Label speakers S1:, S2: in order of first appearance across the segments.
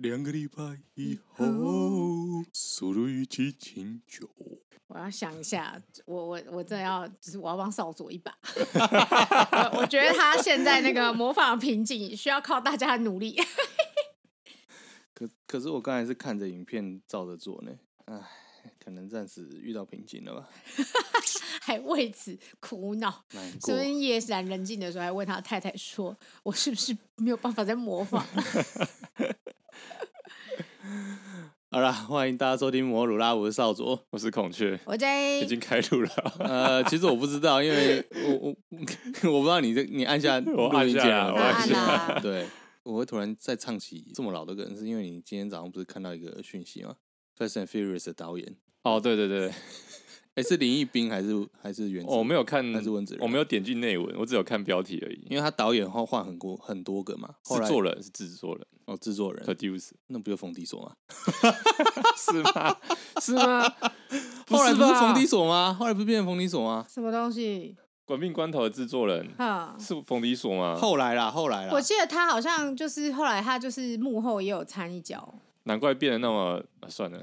S1: 两个礼拜以后，苏鲁与激情酒。
S2: 我要想一下，我我我真的要，就是我要帮少佐一把。我我觉得他现在那 个模仿瓶颈需要靠大家的努力。
S3: 可可是我刚才是看着影片照着做呢，唉，可能暂时遇到瓶颈了吧，
S2: 还为此苦恼。
S3: 难过
S2: 所。以夜阑人静的时候，还问他太太说：“我是不是没有办法再模仿，
S3: 好啦，欢迎大家收听摩鲁拉，我是少佐。
S1: 我是孔雀？”
S2: 我在
S1: 已经开录了。
S3: 呃，其实我不知道，因为我我我不知道你这你按下
S1: 我按
S3: 录音
S1: 下
S3: 键
S1: 了
S3: 了，
S1: 我
S2: 按下了按啦
S3: 对，我会突然再唱起这么老的歌，是因为你今天早上不是看到一个讯息吗？Fast and Furious 的导演，
S1: 哦，对 对对，
S3: 哎、是林一冰还是还是原子？
S1: 我没有看，
S3: 还是文字人
S1: 我没有点进内文，我只有看标题而
S3: 因
S1: 已。
S3: 为他导演后换很多很多个嘛，后
S1: 是
S3: 来
S1: 作人，是制作人
S3: 哦制作人，
S1: ，produce
S3: 那不就冯迪索吗？
S1: 是吗？ 是 吗？
S3: 后来不是冯迪
S1: 吧
S3: 索吗？后来不是变成冯迪索吗？
S2: 什么东西？
S1: 管命关头的制作人
S2: 哈，
S1: 是冯迪索吗？
S3: 后来啦，后来啦
S2: 我，记得他好像就是后来他就是幕后也有参一脚。
S1: 难怪变得那么……啊算了，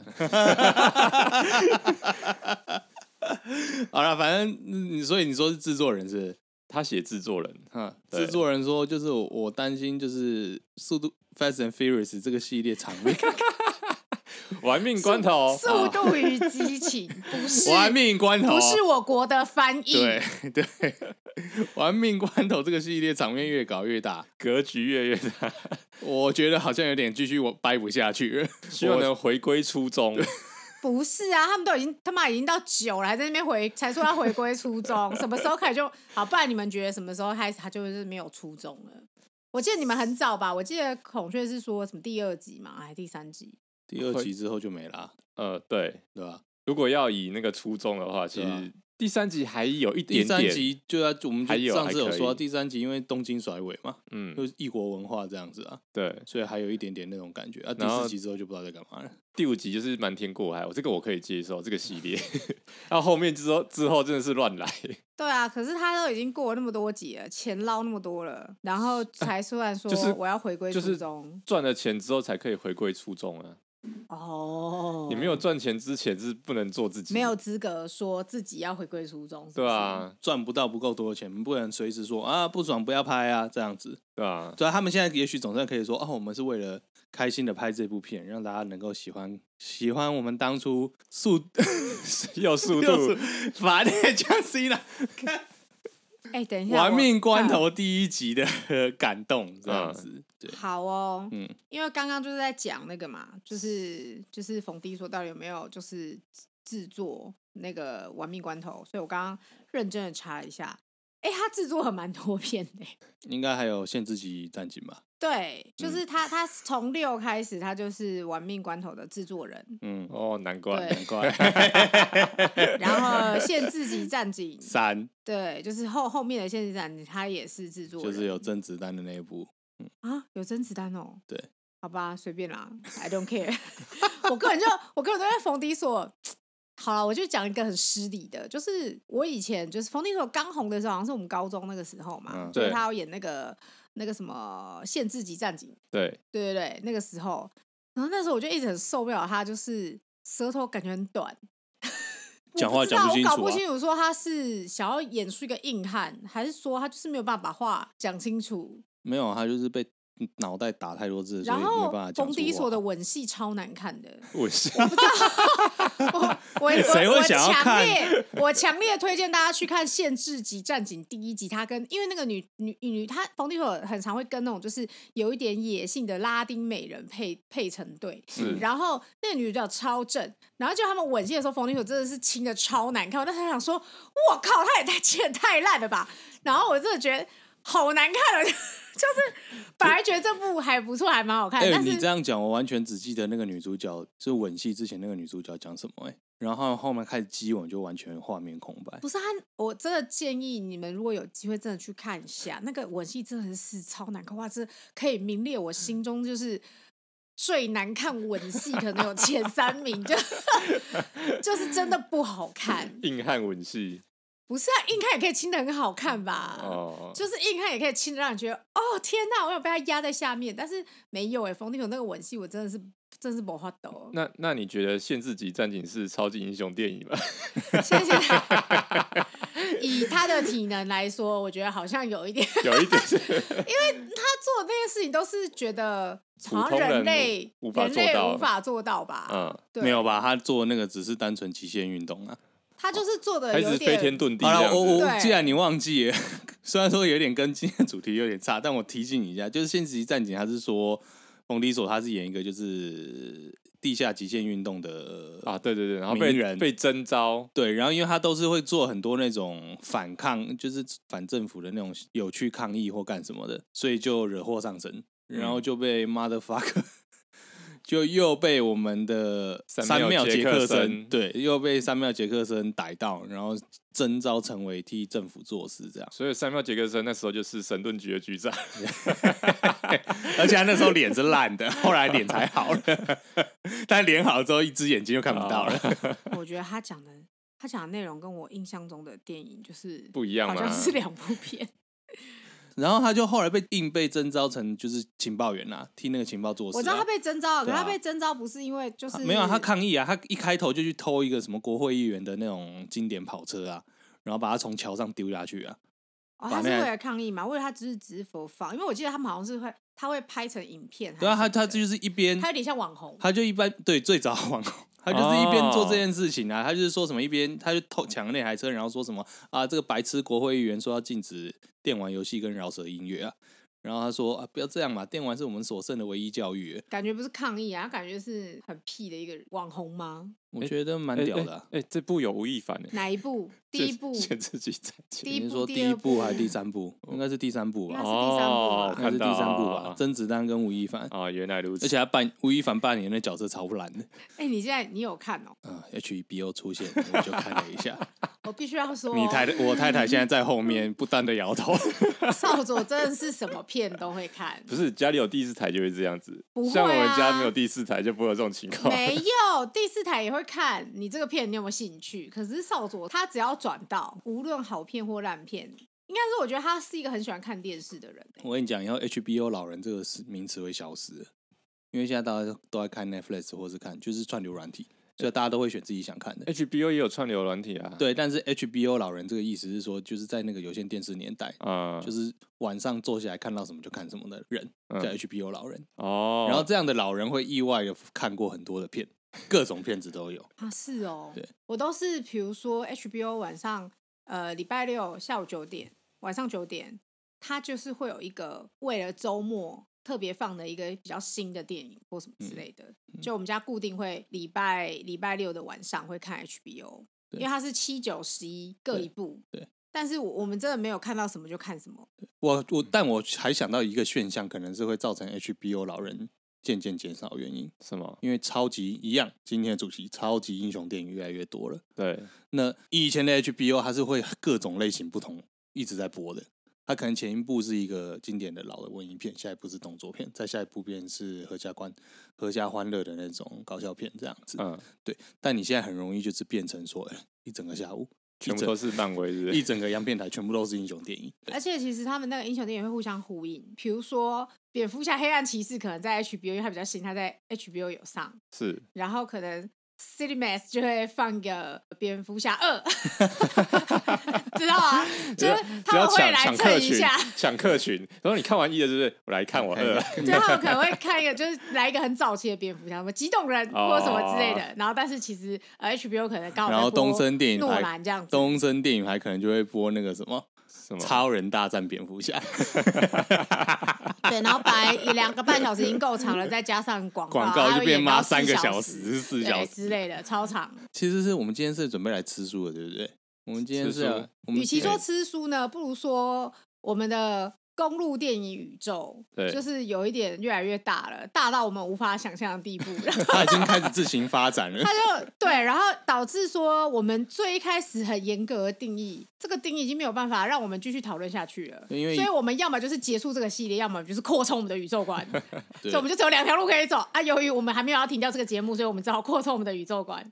S3: 好啦，反正嗯你所以你说是制作人是不是
S1: 他写制作人，
S3: 哈，
S1: 对
S3: 制作人说就是我我担心就是《速度 Fast and Furious》这个系列场 面
S1: 玩命关
S3: 哦
S1: 头，
S2: 速度与激情 不是
S3: 玩命关头，
S2: 不是我国的翻译，
S3: 哦对对，玩命关头这个系列场面越搞越大，
S1: 格局越来越 大，
S3: 我觉得好像有点继续我掰不下去了。
S1: 希望能回归初衷。
S2: 不是啊，他们都已经他妈已经到九了，还在那边回才说要回归初衷，什么时候开始就好？不然你们觉得什么时候开始他就是没有初衷了？我记得你们很早吧？我记得孔雀是说什么第二集嘛，还是第三集？
S3: 第二集之后就没了啊，
S1: 呃，对，
S3: 对吧？
S1: 如果要以那个初衷的话，其
S3: 对啊
S1: 实第三集还有一
S3: 第
S1: 点
S3: 三
S1: 点，
S3: 集就要我们
S1: 还有
S3: 就上次有
S1: 还可以
S3: 说到第三集，因为东京甩尾嘛，
S1: 嗯，
S3: 就是异国文化这样子啊，
S1: 对。
S3: 所以还有一点点那种感觉啊。第
S1: 然后
S3: 四集之后就不知道在干嘛了。
S1: 第五集就是瞒天过海，我这个我可以接受这个系列， 然后后面之后之后真的是乱来，
S2: 对啊，可是他都已经过了那么多集了，钱捞那么多了，然后才突然说
S1: 就是
S2: 我要回归
S1: 就
S2: 初
S1: 是
S2: 衷。
S1: 赚了钱之后才可以回归初衷啊。
S2: 哦，
S1: 你没有赚钱之前是不能做自己，
S2: 没有资格说自己要回归初衷，是不
S1: 对
S2: 是，
S1: 啊，
S3: 赚不到不够多的钱，不能随时说啊不爽不要拍啊这样子。
S1: 对啊，
S3: 所以他们现在也许总算可以说哦，我们是为了开心的拍这部片，让大家能够喜欢喜欢我们当初 速
S1: 要速
S3: 度
S1: 度，
S3: 反正江 C 啦，
S2: 哎、等一下，
S3: 玩
S2: 我
S3: 命关
S2: 看
S3: 头第一集的感动这样
S1: 嗯
S3: 子。对，
S2: 好哦，
S3: 嗯
S2: 因为刚刚就是在讲那个嘛，就是就是冯迪说到底有没有就是制制作那个《玩命关头》，所以我刚刚认真的查了一下，哎、他制作了蛮多片 的、
S3: 应该还有限制级战警吧？
S2: 对，
S3: 嗯
S2: 就是他，他从六开始，他就是《玩命关头》的制 作人，
S3: 嗯，
S1: 哦，难怪
S2: 对
S3: 难 怪
S2: 然后限制级战警，
S3: 三
S2: 对，就是后后面的限制战警，他也是制作人，
S3: 就是有甄子丹的那一部，
S2: 啊，有甄子丹哦。
S3: 对，
S2: 好吧，随便啦，I don't care。我 个人就我个人都在冯迪所。好了，我就讲一个很失礼的，就是我以前就是冯迪所刚红的时候，好像是我们高中那个时候嘛，
S3: 嗯
S2: 就是
S1: 对
S2: 他要演那个那个什么限制级战警，
S1: 对，
S2: 对对对，那个时候，然后那时候我就一直很受不了他，就是舌头感觉很短。我
S3: 讲话
S2: 知
S3: 讲不
S2: 道
S3: 清
S2: 我搞
S3: 楚
S2: 不
S3: 啊
S2: 清楚，说他是想要演出一个硬汉，还是说他就是没有办法把话讲清楚，
S3: 没有，啊他就是被嗯脑袋打太多次，所以
S2: 然
S3: 没
S2: 后
S3: 办法讲
S2: 冯
S3: 出
S2: 迪所
S3: 话
S2: 的吻戏超难看 的，
S1: 我是
S2: 我我我
S3: 谁会
S2: 我
S3: 想要
S2: 强
S3: 看
S2: 烈我强烈推荐大家去看《限制级战警》第一集，他跟因为那个女女女她冯迪所很常会跟那种就是有一点野性的拉丁美人配配成对，
S1: 是
S2: 然后那个女主角超正，然后就他们吻戏的时候，冯迪所真的是亲的超难看，我当时想说，我靠，他也太亲的太烂了吧，然后我真的觉得好难看了， 就是本来觉得这部还不错，还蛮好看，
S3: 哎、
S2: 但是
S3: 你这样讲，我完全只记得那个女主角是吻戏之前那个女主角讲什么哎、然后后面开始激吻就完全画面空白。
S2: 不是他，我真的建议你们，如果有机会，真的去看一下那个吻戏，真的是超难看，哇，这可以名列我心中就是最难看吻戏，可能有前三名，就就是真的不好看。
S1: 嗯硬汉吻戏，
S2: 不是啊，硬汉也可以亲的很好看吧？
S1: 哦，
S2: 就是硬汉也可以亲的让你觉得，哦天哪，我有被他压在下面，但是没有哎、冯弟勇那个吻戏我真的是真是没法抖。
S1: 那那你觉得限制级战警是超级英雄电影吗？
S2: 谢谢。以他的体能来说，我觉得好像有一点，
S1: 有一点是
S2: 他做的那些事情都是觉得
S1: 普
S2: 好
S1: 通
S2: 像
S1: 人
S2: 人类
S1: 无法做
S2: 人
S1: 到
S2: 类无法做到吧？
S1: 嗯，
S2: 对，
S3: 没有吧？他做那个只是单纯极限运动啊。
S2: 他就是做的
S1: 还
S2: 有
S1: 是
S2: 点
S1: 飞天遁地这
S3: 好
S1: 样
S3: 了，我
S1: 子。
S3: 我
S2: 对
S3: 既然你忘记了， 虽然说有点跟今天主题有点差，但我提醒你一下，就是《现实级战警》，他是说冯迪索他是演一个就是地下极限运动的
S1: 啊，对对对，然后被
S3: 名人
S1: 被征召，
S3: 对，然后因为他都是会做很多那种反抗，就是反政府的那种有去抗议或干什么的，所以就惹祸上身，然后就被 motherfucker，、就又被我们的
S1: 三
S3: 三
S1: 秒
S3: 妙
S1: 杰
S3: 杰
S1: 克
S3: 克
S1: 森，
S3: 森，对，又被三妙杰克森逮到，然后征召成为替政府做事这样
S1: 所以三妙杰克森那时候就是神盾局的局长。
S3: 而且他那时候脸是烂的，后来脸才好了， 但脸好之后一只眼睛就看不到了。
S2: 我觉得他讲的他讲的内容跟我印象中的电影就是
S1: 不一样
S2: 好像
S1: 吗
S2: 是两部 片。
S3: 然后他就后来被硬被征召成就是情报员啦、替那个情报做事啊、
S2: 我知道他被征召，可
S3: 对
S2: 是
S3: 啊
S2: 他被征召不是因为就是
S3: 没有啊，他抗议啊，他一开头就去偷一个什么国会议员的那种经典跑车啊，然后把它从桥上丢下去啊。
S2: 哦，
S3: 把
S2: 他是
S3: 那
S2: 为了抗议嘛？为了他只是只是播放，因为我记得他们好像是会他会拍成影片。
S3: 对啊，他他
S2: 就
S3: 就是一边
S2: 他有点像网红，
S3: 他就一般对最早网红，他就是一边做这件事情啊，他就是说什么一边他就偷抢那台车，然后说什么啊这个白痴国会议员说要禁止电玩游戏跟饶舌音乐啊，然后他说啊不要这样嘛，电玩是我们所剩的唯一教育欸，
S2: 感觉不是抗议啊，他感觉是很屁的一个人网红吗？
S3: 我觉得蛮
S1: 哎
S3: 屌
S1: 哎
S3: 的啊、
S1: 哎，这部有吴亦凡诶，
S2: 哪 一部？第一部
S1: 限制级战警。
S2: 第一
S3: 你是
S2: 部
S3: 说
S2: 哎第
S3: 第一
S2: 二
S3: 部还是
S2: 部
S3: 第三部？应该是第三部
S2: 应
S3: 吧
S2: 该是？第三部吧
S3: 应
S1: 哦，
S3: 该
S1: 看
S3: 是第
S1: 到
S3: 三部吧
S1: 啊？
S3: 甄子丹跟吴亦凡，
S1: 啊，原来如此。
S3: 而且他扮吴亦凡扮演的角色超烂的，
S2: 哎，你现在你有看哦？
S3: 啊、h e b o 出现我就看了一下，
S2: 我必须要说，
S3: 你太太我太太现在在后面不断的摇头，
S2: 少佐真的是什么片都会看，
S1: 不是家里有第四台就会这样子，
S2: 不
S1: 像我
S2: 会
S1: 们家
S2: 啊
S1: 没有第四台就不会有这种情况。
S2: 没有，第四台也会看你这个片，你有没有兴趣？可是少佐他只要转到，无论好片或烂片，应该是我觉得他是一个很喜欢看电视的人、欸。
S3: 我跟你讲，以后 HBO 老人这个是名词会消失的，因为现在大家都在看 Netflix 或是看就是串流软体，所以大家都会选自己想看的。
S1: HBO 也有串流软体啊，
S3: 对，但是 HBO 老人这个意思是说，就是在那个有线电视年代，
S1: 啊，
S3: 就是是晚上坐下来看到什么就看什么的人，叫 HBO 老人。
S1: 哦，
S3: 然后这样的老人会意外的看过很多的片，各种片子都有。
S2: 啊，是哦
S3: 对，
S2: 我都是比如说 HBO 晚上，呃，礼拜六下午九点，晚上九点，他就是会有一个为了周末特别放的一个比较新的电影或什么
S3: 嗯
S2: 之类的。就我们家固定会礼拜礼拜六的晚上会看 HBO，因
S3: 对
S2: 为它是七九十一各
S3: 对
S2: 一部。
S3: 对
S2: 但是我我们真的没有看到什么就看什么，
S3: 我我，但我还想到一个现象，可能是会造成 HBO 老人渐渐减少的原因，
S1: 什么？
S3: 因为超级一样，今天的主题超级英雄电影越来越多了。
S1: 对，
S3: 那以前的 HBO 它是会各种类型不同一直在播的，它可能前一部是一个经典的老的文艺片，下一部是动作片，再下一部便是合家观、合家欢乐的那种搞笑片这样子。
S1: 嗯，
S3: 对，但你现在很容易就是变成说，哎、一整个下午一
S1: 全部
S3: 整
S1: 都是漫威，是不
S3: 一
S1: 是？
S3: 整个洋片台全部都是英雄电影。
S2: 而且其实他们那个英雄电影会互相呼应，比如说蝙蝠侠、黑暗骑士可能在 HBO，因为它比较新，它在 HBO 有上，
S1: 是
S2: 然后可能 Cinemax 就会放一个蝙蝠侠二，知道吗？就是他
S1: 只要
S2: 们会
S1: 抢
S2: 来
S1: 抢
S2: 蹭
S1: 客
S2: 一
S1: 群
S2: 下，，
S1: 抢客群。然后你看完一的，对不对？我来看我二，啊
S2: 对，他们可能会看一个，就是来一个很早期的蝙蝠侠，什么激动人或什么之类的。然后，但是其实呃，HBO 可能刚好
S3: 哦
S2: 在
S3: 然后
S2: 播
S3: 东森电影
S2: 诺
S3: 台
S2: 兰这样子，
S3: 东森电影台可能就会播那个什么
S1: 什
S3: 《
S1: 么？
S3: 超人大战蝙蝠 侠》
S2: 对，然后本来一两个半小时已经够长了，再加上广
S3: 广
S2: 告
S3: 告就变妈
S2: 妈
S3: 三个
S2: 小
S3: 时、四
S2: 对
S3: 小
S2: 之
S3: 时。
S2: 类的，超长。
S3: 其实是我们今天是准备来吃素的，对不对？我们今天
S1: 吃
S3: 是要
S1: 素
S3: 我们哎
S2: 与其
S3: 今天
S2: 说吃书呢，不如说我们的公路电影宇宙，
S1: 对
S2: 就是有一点越来越大了，大到我们无法想象的地步。然后
S3: 他已经开始自行发展了。
S2: 他就对，然后导致说我们最一开始很严格的定义，这个定义已经没有办法让我们继续讨论下去了。
S3: 因为
S2: 所以我们要么就是结束这个系列，要么就是扩充我们的宇宙观。
S3: 对
S2: 所以我们就只有两条路可以走啊。由于我们还没有要停掉这个节目，所以我们只好扩充我们的宇宙观。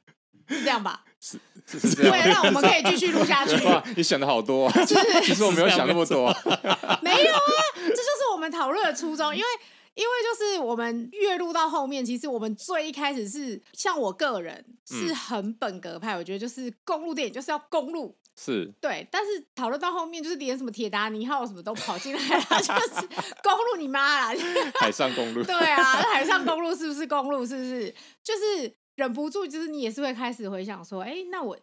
S2: 是这 样吧？
S1: 是是这
S2: 对，
S1: 样。
S2: 那我们可以继续录下去。
S1: 哇，你想的好多、啊，其实我没有想那么多、
S2: 没有啊，这就是我们讨论的初衷，因为。因为就是我们越录到后面，其实我们最一开始是像我个人是很本格派，我觉得就是公路电影就是要公路
S1: 是
S2: 对，但是讨论到后面就是连什么铁达尼号什么都跑进来了，就是公路你妈啦！
S1: 海上公路，
S2: 对啊，那海上公路是不是公路？是不是就是忍不住，就是你也是会开始回想说，哎，那我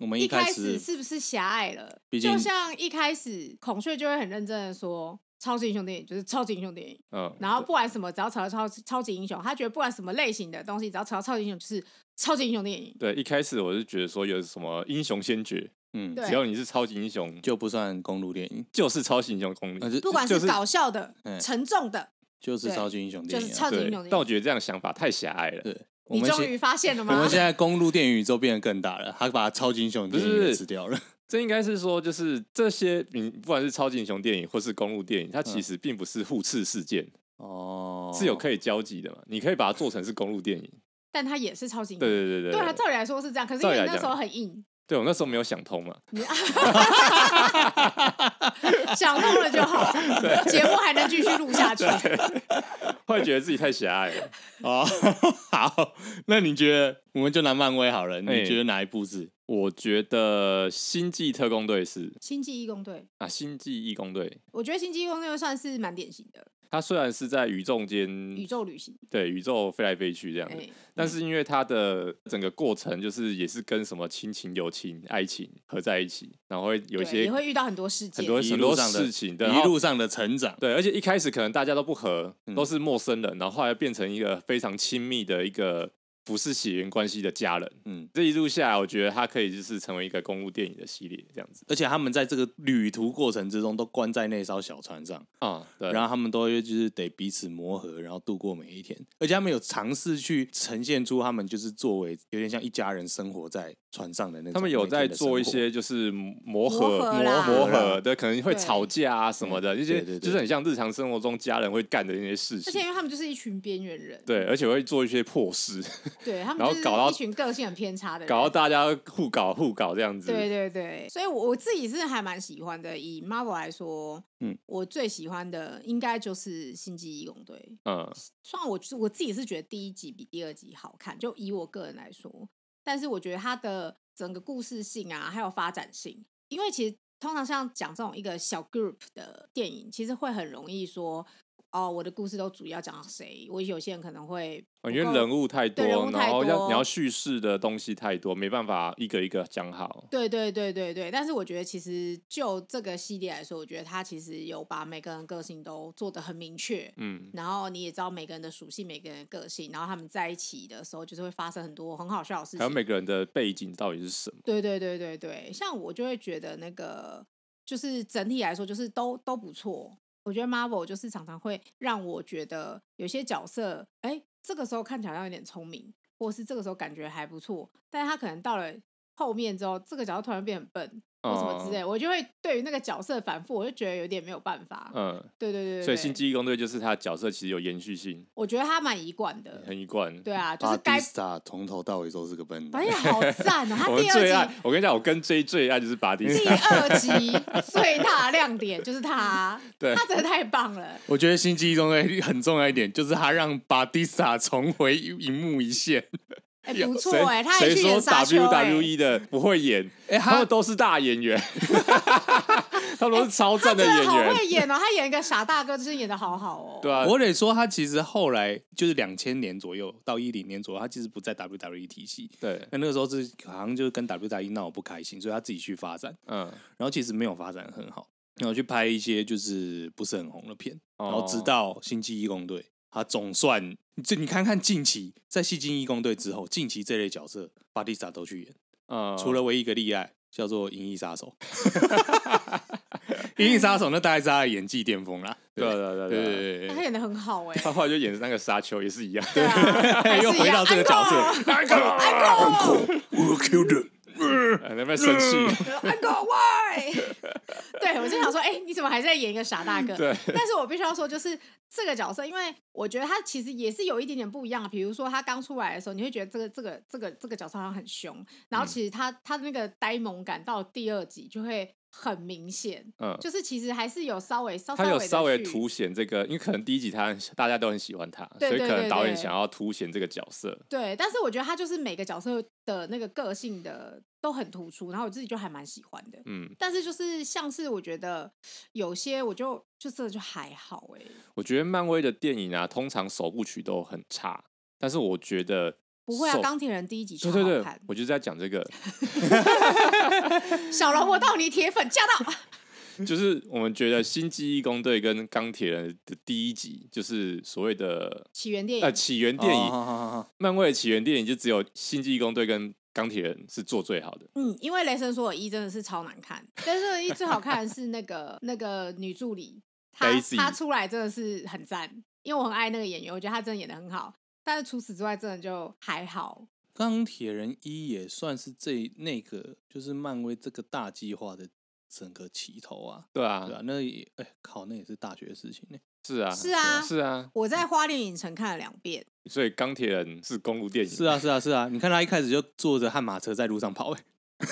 S3: 我们
S2: 一
S3: 开
S2: 开
S3: 始
S2: 始是不是狭隘了？
S3: 毕
S2: 就
S3: 竟
S2: 像一开始孔雀就会很认真的说，超级英雄电影就是超级英雄电影，
S1: 嗯，
S2: 然后不管什么，只要扯到超超级英雄，他觉得不管什么类型的东西，只要扯到超级英雄就是超级英雄电影。
S1: 对，一开始我是觉得说有什么英雄先觉，
S3: 嗯，
S2: 对
S1: 只要你是超级英雄，
S3: 就不算公路电影，
S1: 就是超级英雄公
S3: 那
S1: 路。
S3: 就
S2: 不管
S3: 就是
S2: 搞笑的、
S3: 嗯
S2: 沉重的，
S3: 就是
S2: 对
S3: 超级英雄
S2: 就
S3: 电
S2: 是
S3: 影啊。
S2: 超级英
S1: 对
S2: 雄，
S1: 但
S2: 电
S1: 我
S2: 影。
S1: 觉得这样想法太狭隘了。
S3: 对，我
S2: 你
S3: 们
S2: 终
S3: 现
S2: 于发现了
S3: 我们
S2: 吗？
S3: 现在公路电影宇宙变得更大了，他把超级英雄电
S1: 不
S3: 影
S1: 是
S3: 也吃掉了。
S1: 这应该是说，就是这些，你不管是超级英雄电影或是公路电影，它其实并不是互斥事件，
S3: 嗯哦，
S1: 是有可以交集的嘛。你可以把它做成是公路电影。
S2: 但他也是超级英
S1: 对
S2: 雄。
S1: 对对对
S2: 对啊，
S1: 对，
S2: 照理来说是这样，可是因
S1: 照
S2: 为
S1: 理来
S2: 那时
S1: 讲
S2: 候很硬，
S1: 对我那时候没有想通嘛。
S2: 想通了就好，节目还能继续录下去。
S1: 后来觉得自己太狭隘了。
S3: 哦， 好，那你觉得我们就拿漫威好了？你
S1: 哎
S3: 觉得哪一部是？
S1: 我觉得《星际特工队》是
S2: 星际义工队，
S1: 啊，《星际义工队》
S2: 我觉得星际义工队算是蛮典型的
S1: 它虽然是在宇宙间，
S2: 宇宙旅行。
S1: 对宇宙飞来飞去嗯这样子，
S2: 哎，
S1: 但是因为它的整个过程就是也是跟什么亲情、友情、爱情合在一起，然后会有
S2: 对
S1: 一些
S2: 也会遇到很多事
S1: 很
S2: 件。
S1: 多
S3: 一
S1: 很
S3: 路
S1: 多
S3: 上的
S1: 事情对，然
S3: 一
S1: 后
S3: 路上的成长，
S1: 对，而且一开始可能大家都不和，都是陌生人，然后后来变成一个非常亲密的一个不是血缘关系的家人。
S3: 嗯，
S1: 这一路下来，我觉得它可以就是成为一个公路电影的系列这样子
S3: 而且他们在这个旅途过程之中都关在那艘小船上，
S1: 啊、对，
S3: 然
S1: 后
S3: 后他们都会就是得彼此磨合，然后度过每一天。而且他们有尝试去呈现出他们就是作为有点像一家人生活在船上的那种。
S1: 他们有在做
S3: 每
S1: 一
S3: 天的生活，
S1: 些就是磨
S2: 磨
S1: 合、
S2: 合
S1: 磨
S2: 啦
S1: 磨
S3: 磨
S1: 合
S3: 合
S1: 的，可能会
S2: 对
S1: 吵架啊什么的，一些
S3: 对对对
S1: 就是很像日常生活中家人会干的那些事
S2: 而且因
S1: 情。
S2: 为他们就是一群边缘人，
S1: 对，而且会做一些破事，
S2: 对他们
S1: 然后
S2: 就是
S1: 搞到
S2: 一群个性很偏差的人。
S1: 搞到大家互搞互搞这样子。
S2: 对对对，所以我我自己是还蛮喜欢的。以 Marvel 来说，
S3: 嗯，
S2: 我最喜欢的应该就是《星际义工队》。
S1: 嗯，
S2: 虽然我就是我自己是觉得第一集比第二集好看，就以我个人来说，但是我觉得它的整个故事性啊，还有发展性，因为其实通常像讲这种一个小 group 的电影，其实会很容易说，哦，我的故事都主要讲到谁，我有些人可能会
S1: 哦
S2: 不
S1: 因为
S2: 够
S1: 人物太多，
S2: 对人物太
S1: 然后要
S2: 多
S1: 你要叙事的东西太多，没办法一个一个讲好。
S2: 对对对对对，但是我觉得其实就这个系列来说，我觉得它其实有把每个人个性都做得很明确，
S1: 嗯，
S2: 然后你也知道每个人的属性、每个人的个性，然后他们在一起的时候，就是会发生很多很好笑的事
S1: 还有
S2: 情。
S1: 每个人的背景到底是什么？
S2: 对对对对对，像我就会觉得那个就是整体来说就是都都不错。我觉得 Marvel 就是常常会让我觉得有些角色，哎，这个时候看起来好像有点聪明，或是这个时候感觉还不错，但是他可能到了后面之后，这个角色突然变很笨，或什么之
S1: 哦
S2: 类，我就会对于那个角色反复，我就觉得有点没有办法。
S1: 嗯，
S2: 对对对对，
S1: 所以
S2: 对
S1: 星际义工队就是他的角色其实有延续性，
S2: 我觉得他蛮一贯的，
S1: 很一贯。
S2: 对啊，就
S3: 巴
S2: 是该
S3: 蒂，斯塔从头到尾都是个笨蛋
S2: 哎。呀，好赞哦！他
S1: 我们
S2: 第
S1: 最爱
S2: 二集，，
S1: 我跟你讲，我跟 J 最爱就是巴蒂斯
S2: 第
S1: 塔。
S2: 二集最大的亮点就是他，
S1: 对
S2: 他真的太棒了。
S3: 我觉得《星际异攻队》很重要一点，就是他让巴蒂斯塔重回荧幕一 线。
S2: 哎，不错
S1: 谁
S2: 哎，他还
S1: 谁
S2: 去
S1: 说
S2: 演沙丘哎，
S3: E
S1: WWE 的不 会演？
S3: 哎他
S1: 他们都是大 演员，他们都是超
S2: 他
S1: 赞
S2: 真
S1: 演
S2: 的好
S1: 员。
S2: 会演哦，他演一个傻大哥，真是演的好好哦。
S1: 对啊，
S3: 我得说，他其实后来就是两千年左右到一零年左右，他其实不在 WWE 体系。
S1: 对，
S3: 那那个时候是好像就是跟 WWE 闹得不开心，所以他自己去发展，
S1: 嗯，
S3: 然后其实没有发展得很好，然后去拍一些就是不是很红的片，
S1: 哦
S3: 然后直到《星际义工队》，他总算这你看看近期在《戏精义工队》之后，近期这类角色巴蒂斯塔都去演，
S1: 嗯，
S3: 除了唯一一个例外叫做《银翼杀手》， 《银翼杀手》那大概是他的演技巅峰啦，
S1: 对
S3: 对
S1: 对对
S3: 对
S1: 对，
S3: 对
S2: 他
S3: 对
S2: 演的很好哎，
S1: 他后来就演那个沙丘也是一 样。
S2: 对啊，
S3: 对，
S2: 还 是
S3: 又
S2: 一
S3: 回
S2: 样
S3: 到这个角色
S2: Uncle，Uncle，
S3: ，I will kill them。
S1: 哎那边生气，
S2: I go why？对我就想说，哎、你怎么还在演一个傻大个？
S1: 对，
S2: 但是我必须要说，就是这个角色，因为我觉得他其实也是有一点点不一样。比如说他刚出来的时候，你会觉得这个这个这个这个角色好像很凶，然后
S1: 嗯
S2: 其实他、他的那个呆萌感到第二集就会很明显，
S1: 嗯，
S2: 就是其实还是有稍微稍
S1: 他有
S2: 地
S1: 稍微
S2: 去
S1: 凸显这个，因为可能第一集他很大家都很喜欢他，
S2: 对
S1: 所以
S2: 对
S1: 可能
S2: 对
S1: 导演
S2: 对
S1: 想要凸显这个角色。
S2: 对，但是我觉得他就是每个角色的那个个性的都很突出，然后我自己就还蛮喜欢的。
S1: 嗯，
S2: 但是就是像是我觉得有些我就就真的就还好哎、
S1: 我觉得漫威的电影啊，通常首部曲都很差，但是我觉得
S2: 不会啊，
S1: 首
S2: 钢铁人第一集超
S1: 对
S2: 好
S1: 对对
S2: 看，，
S1: 我就在讲这个，
S2: 小劳勃道尼铁粉驾到，
S1: 就是我们觉得《星际义工队》跟《钢铁人》的第一集，就是所谓的
S2: 起源电影、
S1: 呃起源电影，
S3: 哦好好好好
S1: 漫威的起源电影就只有《星际义工队》跟《钢铁人》是做最好的。
S2: 嗯，因为雷神索尔一真的是超难看，雷神索尔一最好看的是那个那个女助理，她
S1: Daisy
S2: 她出来真的是很赞，因为我很爱那个演员，我觉得她真的演的很好。但是除此之外，真的就还好。
S3: 钢铁人一也算是这那个就是漫威这个大计划的整个起头啊，
S1: 对啊，
S3: 对啊，那也哎、靠，那也是大学的事情呢、
S1: 是啊，
S2: 是啊
S1: 是啊，
S2: 我在花莲影城看了两遍，
S1: 所以《钢铁人》是公路电影，
S3: 是啊，是啊，是啊，你看他一开始就坐着悍马车在路上跑、哎，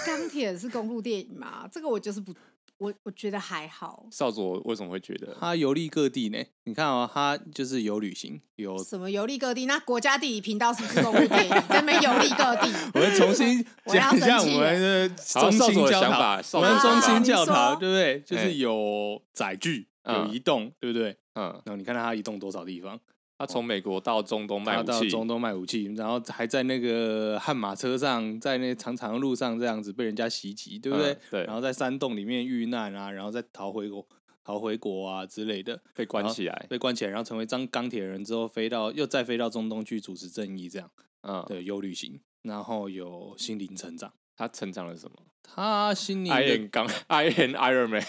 S2: 钢铁是公路电影嘛，这个我就是不，我我觉得还好。
S1: 少佐为什么会觉得？
S3: 他游历各地呢、你看啊、他就是有旅行，有，
S2: 什么游历各地？那国家地理频道是不是公路 电影？在那边游历各地。
S3: 我们重新
S2: 我要
S3: 讲一
S2: 生
S3: 下我
S2: 气
S3: 们的
S1: 好
S3: 中
S1: 少
S3: 心
S1: 佐的
S3: 教
S1: 想
S3: 堂，
S1: 法，少
S3: 我
S1: 佐的
S3: 们
S1: 想
S3: 中
S1: 法
S3: 心教
S2: 啊
S3: 堂，
S2: 你说
S3: 对不对？就
S1: 哎
S3: 是有载具，有
S1: 嗯
S3: 移动，对不对？
S1: 嗯，
S3: 然后你看他移动多少地方，
S1: 他从美国到中东卖
S3: 哦他
S1: 武
S3: 到
S1: 器，
S3: 中东卖武器，然后还在那个悍马车上，在那长长的路上这样子被人家袭击，对不对？
S1: 嗯对
S3: 然后在山洞里面遇难啊，然后再逃回国、逃回国啊之类的，
S1: 被关起来，
S3: 被关起来，然后成为张钢铁人之后，飞到又再飞到中东去主持正义，这样
S1: 嗯，
S3: 对，有旅行，然后有心灵成长。
S1: 他成长了什么
S3: 他心灵的
S1: ？Iron 钢 Iron Iron Man，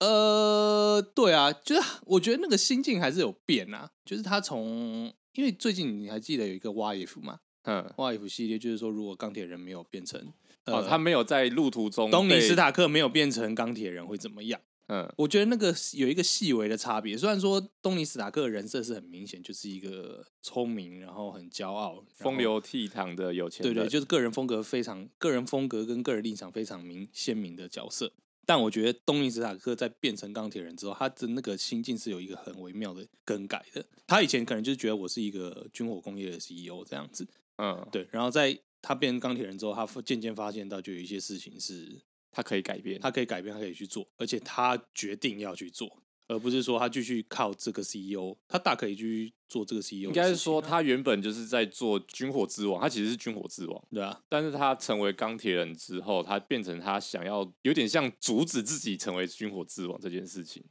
S3: 呃，对啊，就是我觉得那个心境还是有变啊，就是他从因为最近你还记得有一个 YF 嘛
S1: 嗯，
S3: ，YF 系列就是说，如果钢铁人没有变成 呃，
S1: 哦，他没有在路途中
S3: 东尼
S1: 被
S3: 斯，塔克没有变成钢铁人会怎么样？
S1: 嗯
S3: 我觉得那个有一个细微的差别，虽然说东尼斯塔克的人设是很明显，就是一个聪明，然后很骄傲，然后
S1: 风流倜傥的有钱
S3: 对
S1: 人，
S3: 对，就是个人风格非常、个人风格跟个人立场非常明鲜明的角色。但我觉得东尼·史塔克在变成钢铁人之后，他的那个心境是有一个很微妙的更改的。他以前可能就是觉得我是一个军火工业的 CEO 这样子，
S1: 嗯，
S3: 对。然后在他变成钢铁人之后，他渐渐发现到就有一些事情是
S1: 他可以改变，
S3: 他可以改变，他可以去做，而且他决定要去做，而不是说他继续靠这个 CEO，他大可以去做这个 CEO 的事情啊。
S1: 应该是说他原本就是在做军火之王，他其实是军火之王，
S3: 对啊，
S1: 但是他成为钢铁人之后，他变成他想要有点像阻止自己成为军火之王这件事情。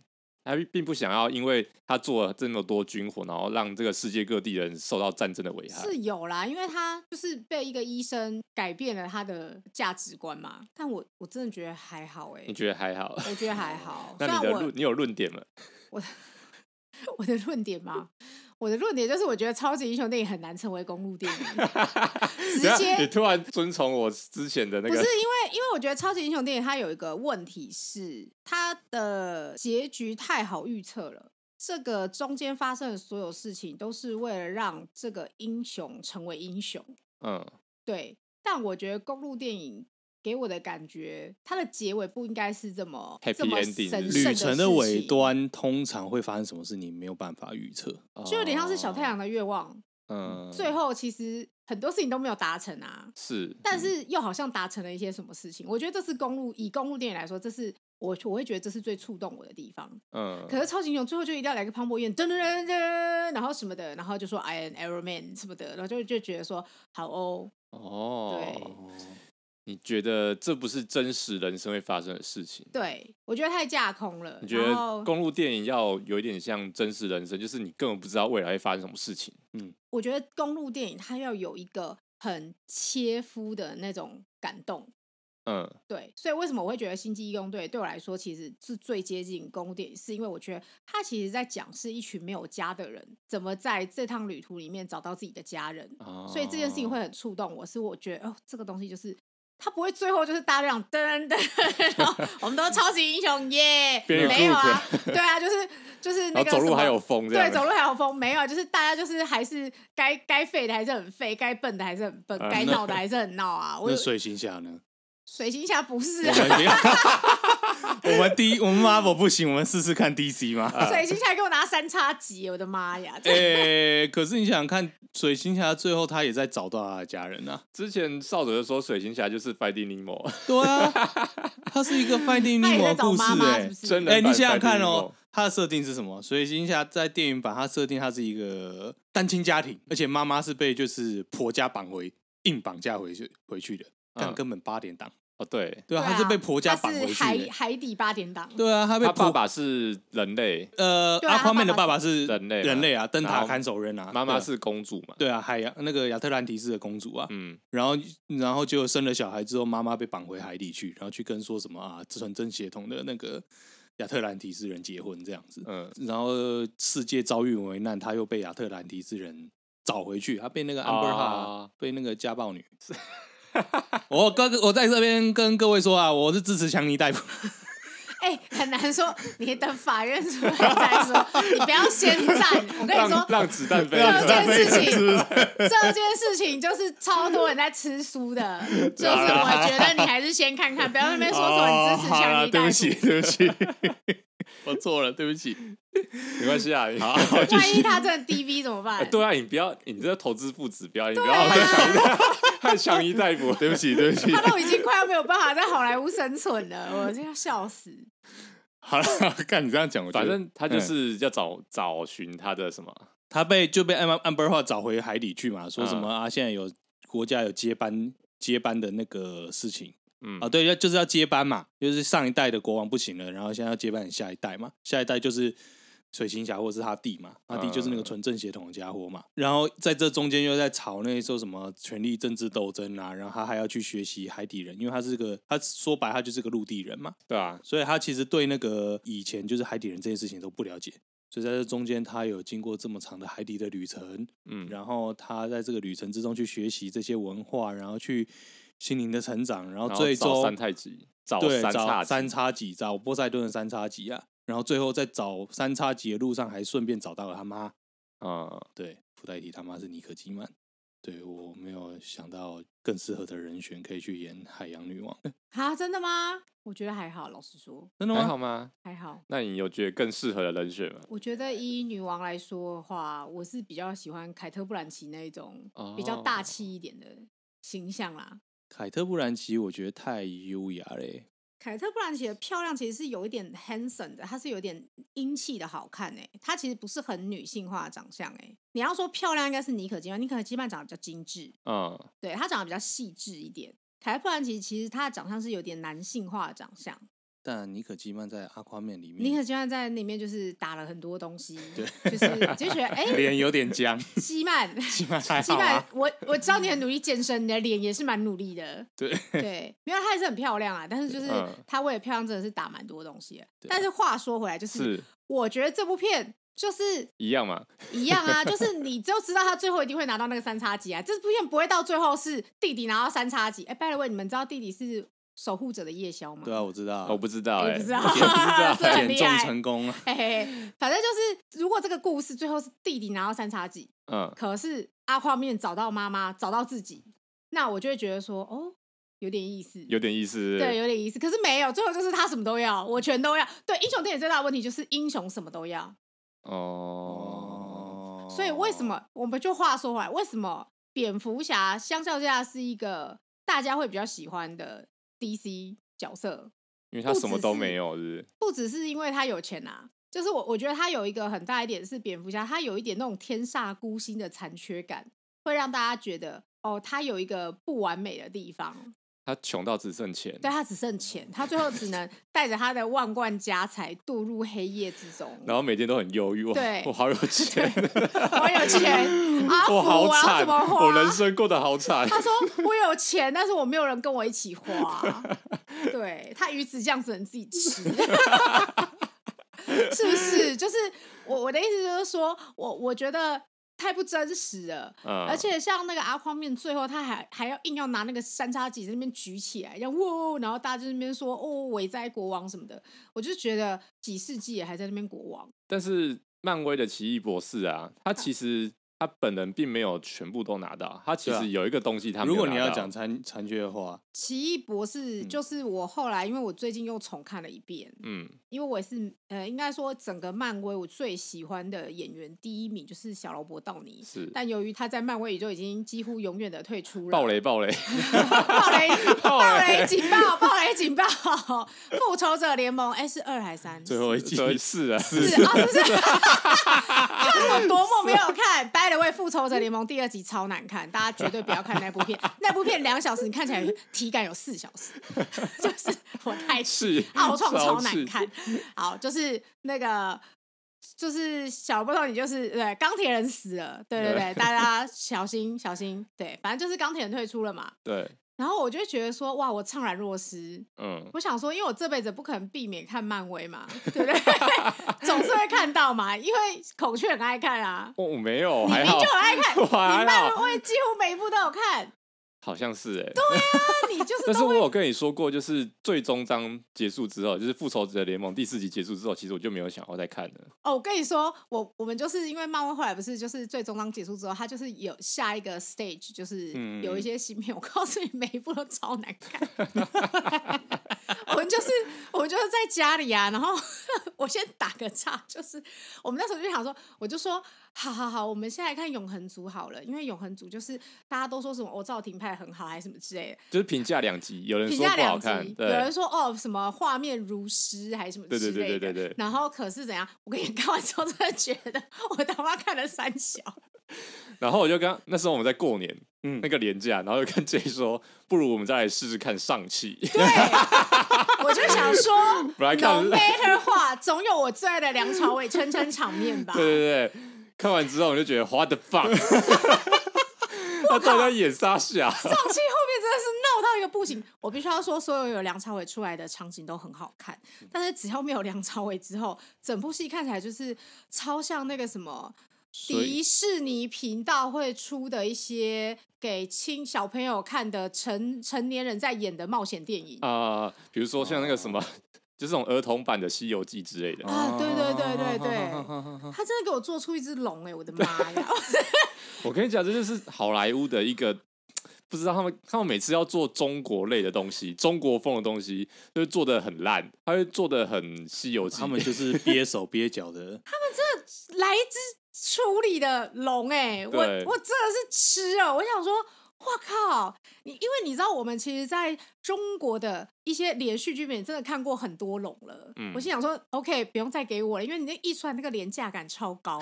S1: 他并不想要，因为他做了这么多军火，然后让这个世界各地人受到战争的危害。
S2: 是有啦，因为他就是被一个医生改变了他的价值观嘛。但我我真的觉得还好哎、
S1: 你觉得还好？。
S2: 我觉得还好
S1: 那你
S2: 虽
S1: 的
S2: 然我
S1: 论，你有论点吗？
S2: 我的论点嘛，我的论点就是我觉得超级英雄电影很难成为公路电 影，直
S1: 等一
S2: 接
S1: 下你突然遵从我之前的那
S2: 不是
S1: 个
S2: 因，为，因为我觉得超级英雄电影它有一个问题是，它的结局太好预测了。这个中间发生的所有事情都是为了让这个英雄成为英雄，
S1: 嗯，
S2: 对。但我觉得公路电影给我的感觉，它的结尾不应该是这么
S1: Happy
S2: 这么
S1: ending，
S2: 神
S1: 是
S2: 圣
S3: 旅程
S2: 的
S3: 的
S2: 事
S3: 尾
S2: 情，
S3: 端通常会发生什么事，你没有办法预测。
S2: 就有点像是小太阳的愿望，
S1: 哦，嗯，嗯
S2: 最后其实很多事情都没有达成啊。
S1: 是，
S2: 但是又好像达成了一些什么事情。我觉得这是公路以公路电影来说，这是我我会觉得这是最触动我的地方。
S1: 嗯，
S2: 可是超级英雄最后就一定要来个磅礴宴，噔噔噔噔，然后什么的，然后就说 I am Iron Man 什么的，然后就就觉得说好哦，
S1: 哦
S2: 对，
S1: 你觉得这不是真实人生会发生的事情？
S2: 对我觉得太架空了。
S1: 你觉
S2: 然
S1: 得
S2: 后
S1: 公路电影要有一点像真实人生，就是你根本不知道未来会发生什么事情。
S2: 我觉得公路电影它要有一个很切肤的那种感动。
S1: 嗯，
S2: 对，所以为什么我会觉得《星际义工队》对我来说其实是最接近宫殿，是因为我觉得他其实在讲是一群没有家的人怎么在这趟旅哦途里面找到自己的家人，所以这件事情会很触动我，是我觉得哦，这个东西就是他不会最后就是大量噔噔，然 后我们都是超级英雄耶，
S1: 变成
S2: 没有啊，对啊，就是就是那
S1: 然
S2: 个
S1: 后走
S2: 什
S1: 路
S2: 么
S1: 还有风这样
S2: 对，
S1: 子，
S2: 走路还有风，没有，就是大家就是还是该该废的还是很废，该笨的还是很笨，
S1: 啊
S2: 该
S3: 那
S2: 闹的还是很闹啊。我
S3: 那
S2: 有
S3: 水行侠呢？
S2: 水行侠不是
S3: 我
S2: 啊，
S3: 们不要 我们第一，我们 Marvel 不行，我们试试看 DC 嘛。
S1: 啊
S2: 水行侠给我拿三叉戟，我的妈
S3: 哎
S2: 呀！这
S3: 诶、可是你想想看，水行侠最后他也在找到他的家人啊。
S1: 之前少哲说水行侠就是 Finding Nemo，
S3: 对啊，他是一 个 Finding
S2: 他也
S3: Nemo
S2: 在
S3: 的
S2: 找
S3: 故事
S2: 妈妈
S3: 诶、
S2: 是不是？
S1: 真的
S3: 哎、你想想看哦，它的设定是什么？水行侠在电影版，它设定它是一个单亲家庭，而且妈妈是被就是婆家绑回硬绑架回去回去的，但
S1: 嗯
S3: 根本八点档，
S1: 哦，对，
S3: 对啊，
S2: 对啊
S3: 她是被婆家
S2: 他
S3: 绑
S2: 是
S3: 回
S2: 海
S3: 去的，
S2: 海底八点档，
S3: 对啊，她被
S1: 他
S3: 婆
S1: 爸爸是人类，
S3: 呃，
S2: 对啊
S3: 阿
S2: 她
S3: 宽妹的爸
S2: 爸爸
S3: 爸是
S1: 人类嘛
S3: 人类啊，灯
S1: 然
S3: 塔
S1: 后
S3: 看守人啊，
S1: 妈妈
S3: 对啊
S1: 是公主嘛，
S3: 对啊，海洋那个亚特兰蒂斯的公主啊，
S1: 嗯，
S3: 然后然后就生了小孩之后，妈妈被绑回海里去，然后去跟说什么啊纯正血统的那个亚特兰蒂斯人结婚这样子，
S1: 嗯，
S3: 然后世界遭遇危难，他又被亚特兰蒂斯人找回去，他被那个安伯哈
S1: 哦
S3: 被那个家暴女。我哥，我在这边跟各位说啊，我是支持强尼逮捕。
S2: 哎，很难说，你等法院出来再说，你不要先站。我跟你
S1: 让
S2: 说，
S1: 让子 弹飞，
S2: 这件
S1: 飞
S2: 事情，这件事情就是超多人在吃 书的，就是我觉得你还是先看看，不要在那边说说你支 持
S3: 好
S2: 强
S3: 啦啊
S2: 力
S3: 对
S2: 逮
S3: 不起，
S2: 捕。
S3: 对不起，我错了，对不 起。
S1: 没关 系啊，你
S3: 好，
S2: 万一他真的 DV 怎 么办？
S1: 对啊，你不要，你这个投资不指标，你不要
S2: 对
S1: 害强
S2: 啊，
S1: 害强衣逮捕，对不起，对不起，
S2: 他都已经快要没有办法在好莱坞生存了，我真要笑死。
S3: 好了， 看你这样讲，我觉得嗯
S1: 反正他就是要找找寻他的什么，
S3: 他被就被 Amber Amber Heard 找回海底去嘛，说什么
S1: 嗯
S3: 啊，现在有国家有接班接班的那个事情
S1: 嗯
S3: 啊，，对，要就是要接班嘛，就是上一代的国王不行了，然后现在要接班下一代嘛，下一代就是水行侠或是他弟嘛，他弟就是那个
S1: 嗯
S3: 纯正血统的家伙嘛，然后在这中间又在吵那说什么权力政治斗争啊，然后他还要去学习海底人，因为他是个他说白他就是个陆地人嘛，
S1: 对啊，
S3: 所以他其实对那个以前就是海底人这件事情都不了解，所以在这中间他有经过这么长的海底的旅程，
S1: 嗯，
S3: 然后他在这个旅程之中去学习这些文化，然后去心灵的成长，然后
S1: 然后
S3: 最
S1: 找
S3: 终
S1: 三太极，找
S3: 对
S1: 三
S3: 找
S1: 叉戟
S3: 三叉戟，找波塞顿的三叉戟啊，然后最后在找三叉戟的路上还顺便找到了他妈，
S1: 嗯，
S3: 对，福代提他妈是尼可基曼。对我没有想到更适合的人选可以去演海洋女王，
S2: 啊，真的吗？我觉得还好，老实说
S3: 真的
S1: 还好
S3: 吗？
S1: 吗？
S2: 还好。
S1: 那你有觉得更适合的人选吗？
S2: 我觉得以女王来说的话，我是比较喜欢凯特·布兰奇那一种比较大
S1: 哦
S2: 气一点的形象啦。
S3: 凯特·布兰奇我觉得太优雅欸嘞，
S2: 凯特·布兰奇的漂亮其实是有一点 handsome 的，她是有点英气的好看哎、她其实不是很女性化的长相哎、你要说漂亮，应该是妮可基曼，妮可基曼长得比较精致，
S1: 嗯，
S2: 对她长得比较细致一点。凯特·布兰奇其实她的长相是有点男性化的长相，
S3: 但妮可基曼在《阿夸面》里面，
S2: 妮可基曼在里面就是打了很多 东西，就是就觉得哎，
S3: 脸有点僵，
S2: 基曼，
S3: 基曼还
S2: 基
S3: 好
S2: 曼
S3: 啊。，
S2: 我我知道你很努力健身，你的脸也是蛮努力的。
S3: 对
S2: 对，没有，她还是很漂亮啊。但是就是
S1: 嗯
S2: 她为了漂亮真的是打蛮多东西的。
S3: 对啊
S2: 但是话说回来，就是
S1: 是
S2: 我觉得这部片就是
S1: 一 样嘛，
S2: 一样啊，就是你就知道她最后一定会拿到那个三叉戟啊。这部片不会到最后是弟弟拿到三叉戟。哎、拜 b y the way，你们知道弟弟是守护者的夜宵吗？
S3: 对啊，我知道啊，
S1: 我不知道，
S2: 哎
S1: 哎，
S2: 不知道
S1: 我也不知道
S2: 这很
S3: 减
S2: 厉
S3: 重
S2: 害
S3: 成功了。
S2: 嘿嘿嘿，反正就是，如果这个故事最后是弟弟拿到三叉戟，
S1: 嗯，
S2: 可是阿画面找到妈妈，找到自己，那我就会觉得说，哦，有点意思，
S1: 有点意思，
S2: 对，有点意思。可是没有，最后就是他什么都要，我全都要。对，英雄电影最大的问题就是英雄什么都要，
S1: 哦，
S2: 所以为什么我们就话说回来，为什么蝙蝠侠相较之下是一个大家会比较喜欢的 DC 角色？
S1: 因为他什么都没有，是不是？
S2: 不只是因为他有钱啊，就是我我觉得他有一个很大一点是蝙蝠侠，他有一点那种天煞孤星的残缺感，会让大家觉得哦，他有一个不完美的地方。
S1: 他穷到只剩钱，
S2: 对他只剩钱，他最后只 能带着他的万贯家财堕入黑夜之 中。
S1: 然后每天都很忧郁，我
S2: 对
S1: 我好有钱，
S2: 我有 钱， 阿福，
S1: 我好
S2: 我要
S1: 惨，
S2: 怎么花？
S1: 我人生过得好 惨。
S2: 他说我有钱，但是我没有人跟我一起花。对他鱼子酱只能自己吃， 是不是？就是我我的意思就是说，我我觉得。太不真实了。
S1: 嗯，
S2: 而且像那个阿匡面，最后他还还要硬要拿那个三叉戟在那边举起来，然后喔，然后大家就在那边说哦伟哉国王什么的，我就觉得几世纪也还在那边国王。
S1: 但是漫威的奇异博士啊，
S2: 嗯
S1: 他其实他本人并没有全部都拿到，他其
S3: 对啊
S1: 实有一个东西他没有
S3: 如果你
S1: 拿
S3: 要
S1: 到
S3: 讲残残缺的话，
S2: 奇异博士就是我后来，因为我最近又重看了一遍，
S1: 嗯
S2: 因为我也是呃，应该说整个漫威我最喜欢的演员第一名就是小罗伯·道尼，
S1: 是
S2: 但由于他在漫威宇宙已经几乎永远的退出了，
S1: 暴雷暴雷，
S2: 暴雷
S1: 暴
S2: 暴
S1: 雷
S2: 雷警报，暴雷警报！复仇者联盟，哎、是二还是 三？
S3: 最后一季
S1: 所以是 啊，是
S2: 是啊，是 是。看我多么没有看《By the way》《复仇者联盟》第二集超难看，大家绝对不要看那部片。那部片两小时，你看起来体感有四小时， 就是我太气
S1: 是
S2: 奥创超
S1: 气
S2: 难看。 好，就是那个。就是小波头，你就是对钢铁人死了，对对对，大 家小心小心，对，反正就是钢铁人退出了嘛。
S1: 对，
S2: 然后我就会觉得说，哇，我怅然若失，
S1: 嗯，
S2: 我想说，因为我这辈子不可能避免看漫威嘛，对不对？ 总是会看到嘛，因为孔雀很爱看啊，
S1: 我我没有，
S2: 你
S1: 还
S2: 明
S1: 好
S2: 就，很爱看，
S1: 哦我
S2: 你
S1: 还
S2: 漫
S1: 好，
S2: 威几乎每一部都有看，
S1: 好像是哎、
S2: 那你就是
S1: 但是
S2: 都
S1: 我
S2: 会
S1: 有跟你说过，就是最终章结束之后，就是《复仇者联盟》第四集结束之后，其实我就没有想要再看了。
S2: 哦。我跟你说，我我们就是因为漫威后来不是就是最终章结束之后，它就是有下一个 stage，就是
S1: 嗯
S2: 有一些新片。我告诉你，每一部都超难看。我们就是我们就是在家里啊，然后我先打个岔，就是我们那时候就想说，我就说，好好好，我们先来看《永恒族》好了，因为《永恒族》就是大家都说什么哦，赵婷拍得很好，还是什么之类的，
S1: 就是评价两集，有人
S2: 评
S1: 说
S2: 价
S1: 不好
S2: 两集
S1: 看，，
S2: 有人
S1: 对，
S2: 说哦什么画面如诗还是什么之类
S1: 对
S2: 的，
S1: 对对对对对
S2: 然后可是怎样？我跟你看完之后，真的觉得我他妈看了三小，
S1: 然后我就跟那时候我们在过年，
S3: 嗯
S1: 那个年假，然后就跟 J 说，不如我们再来试试看上气。
S2: 对， 我就想 说
S1: 本来看
S2: ，no matter 话，总有我最爱的梁朝伟撑撑场面吧。
S1: 对对对，看完之后我就觉得 what the fuck，他到底在演啥小？
S2: 上期后面真的是闹到一个不行，我必须要说，所有有梁朝伟出来的场景都很好看，但是只要没有梁朝伟之后，整部戏看起来就是超像那个什么
S3: 所以
S2: 迪士尼频道会出的一些给青小朋友看的成成年人在演的冒险电影
S1: 啊、比如说像那个什么，就是这种儿童版的《西游记》之类的。
S2: 啊！对对对对对，
S3: 对，
S2: 他真的给我做出一只龙哎、我的妈呀！
S1: 我跟你讲，这就是好莱坞的一个，不知道他们他们每次要做中国类的东西、中国风的东西，就是做的很烂，他会做的很《西游记》。
S3: 他们就是憋手憋脚 的，
S2: 来一只处理的龙哎、我我真
S1: 对
S2: 的是吃了，我想说，哇靠！你因为你知道，我们其实在中国的一些连续剧里面真的看过很多龙了。
S1: 嗯
S2: 我心想说，OK，不用再给我了，因为你那一出来那个廉价感超 高，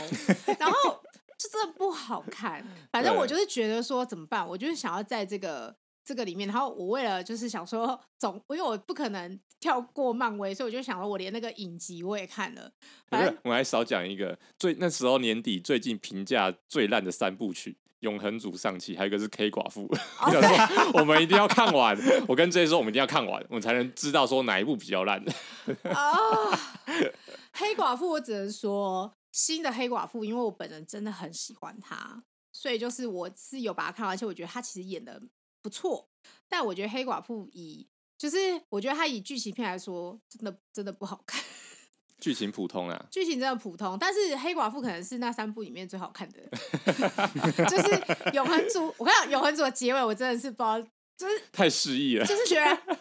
S2: 然后就真的不好看。反正我就
S1: 对
S2: 是觉得说怎么办，我就是想要在这个。这个里面，然后我为了就是想说总，因为我不可能跳过漫威，所以我就想说，我连那个影集我也看了，
S1: 不
S2: 反正
S1: 是，我还少讲一个，最那时候年底最近评价最烂的三部曲。永恒组上期，还有一个是 K 寡妇，
S2: 哦
S1: 我 想说我们一定要看完。我跟 J 说，我们一定要看完，我们才能知道说哪一部比较烂。
S2: 啊，黑寡妇，我只能说新的黑寡妇，因为我本人真的很喜欢她，所以就是我是有把她看完，而且我觉得她其实演的不错，但我觉得黑寡妇以就是我觉得她以剧情片来说，真的真的不好看，
S1: 剧情普通啊，
S2: 剧情真的普通。但是黑寡妇可能是那三部里面最好看的，就是永恒族。我跟你讲，永恒族的结尾，我真的是不知道，就是
S1: 太失意了，
S2: 就是觉得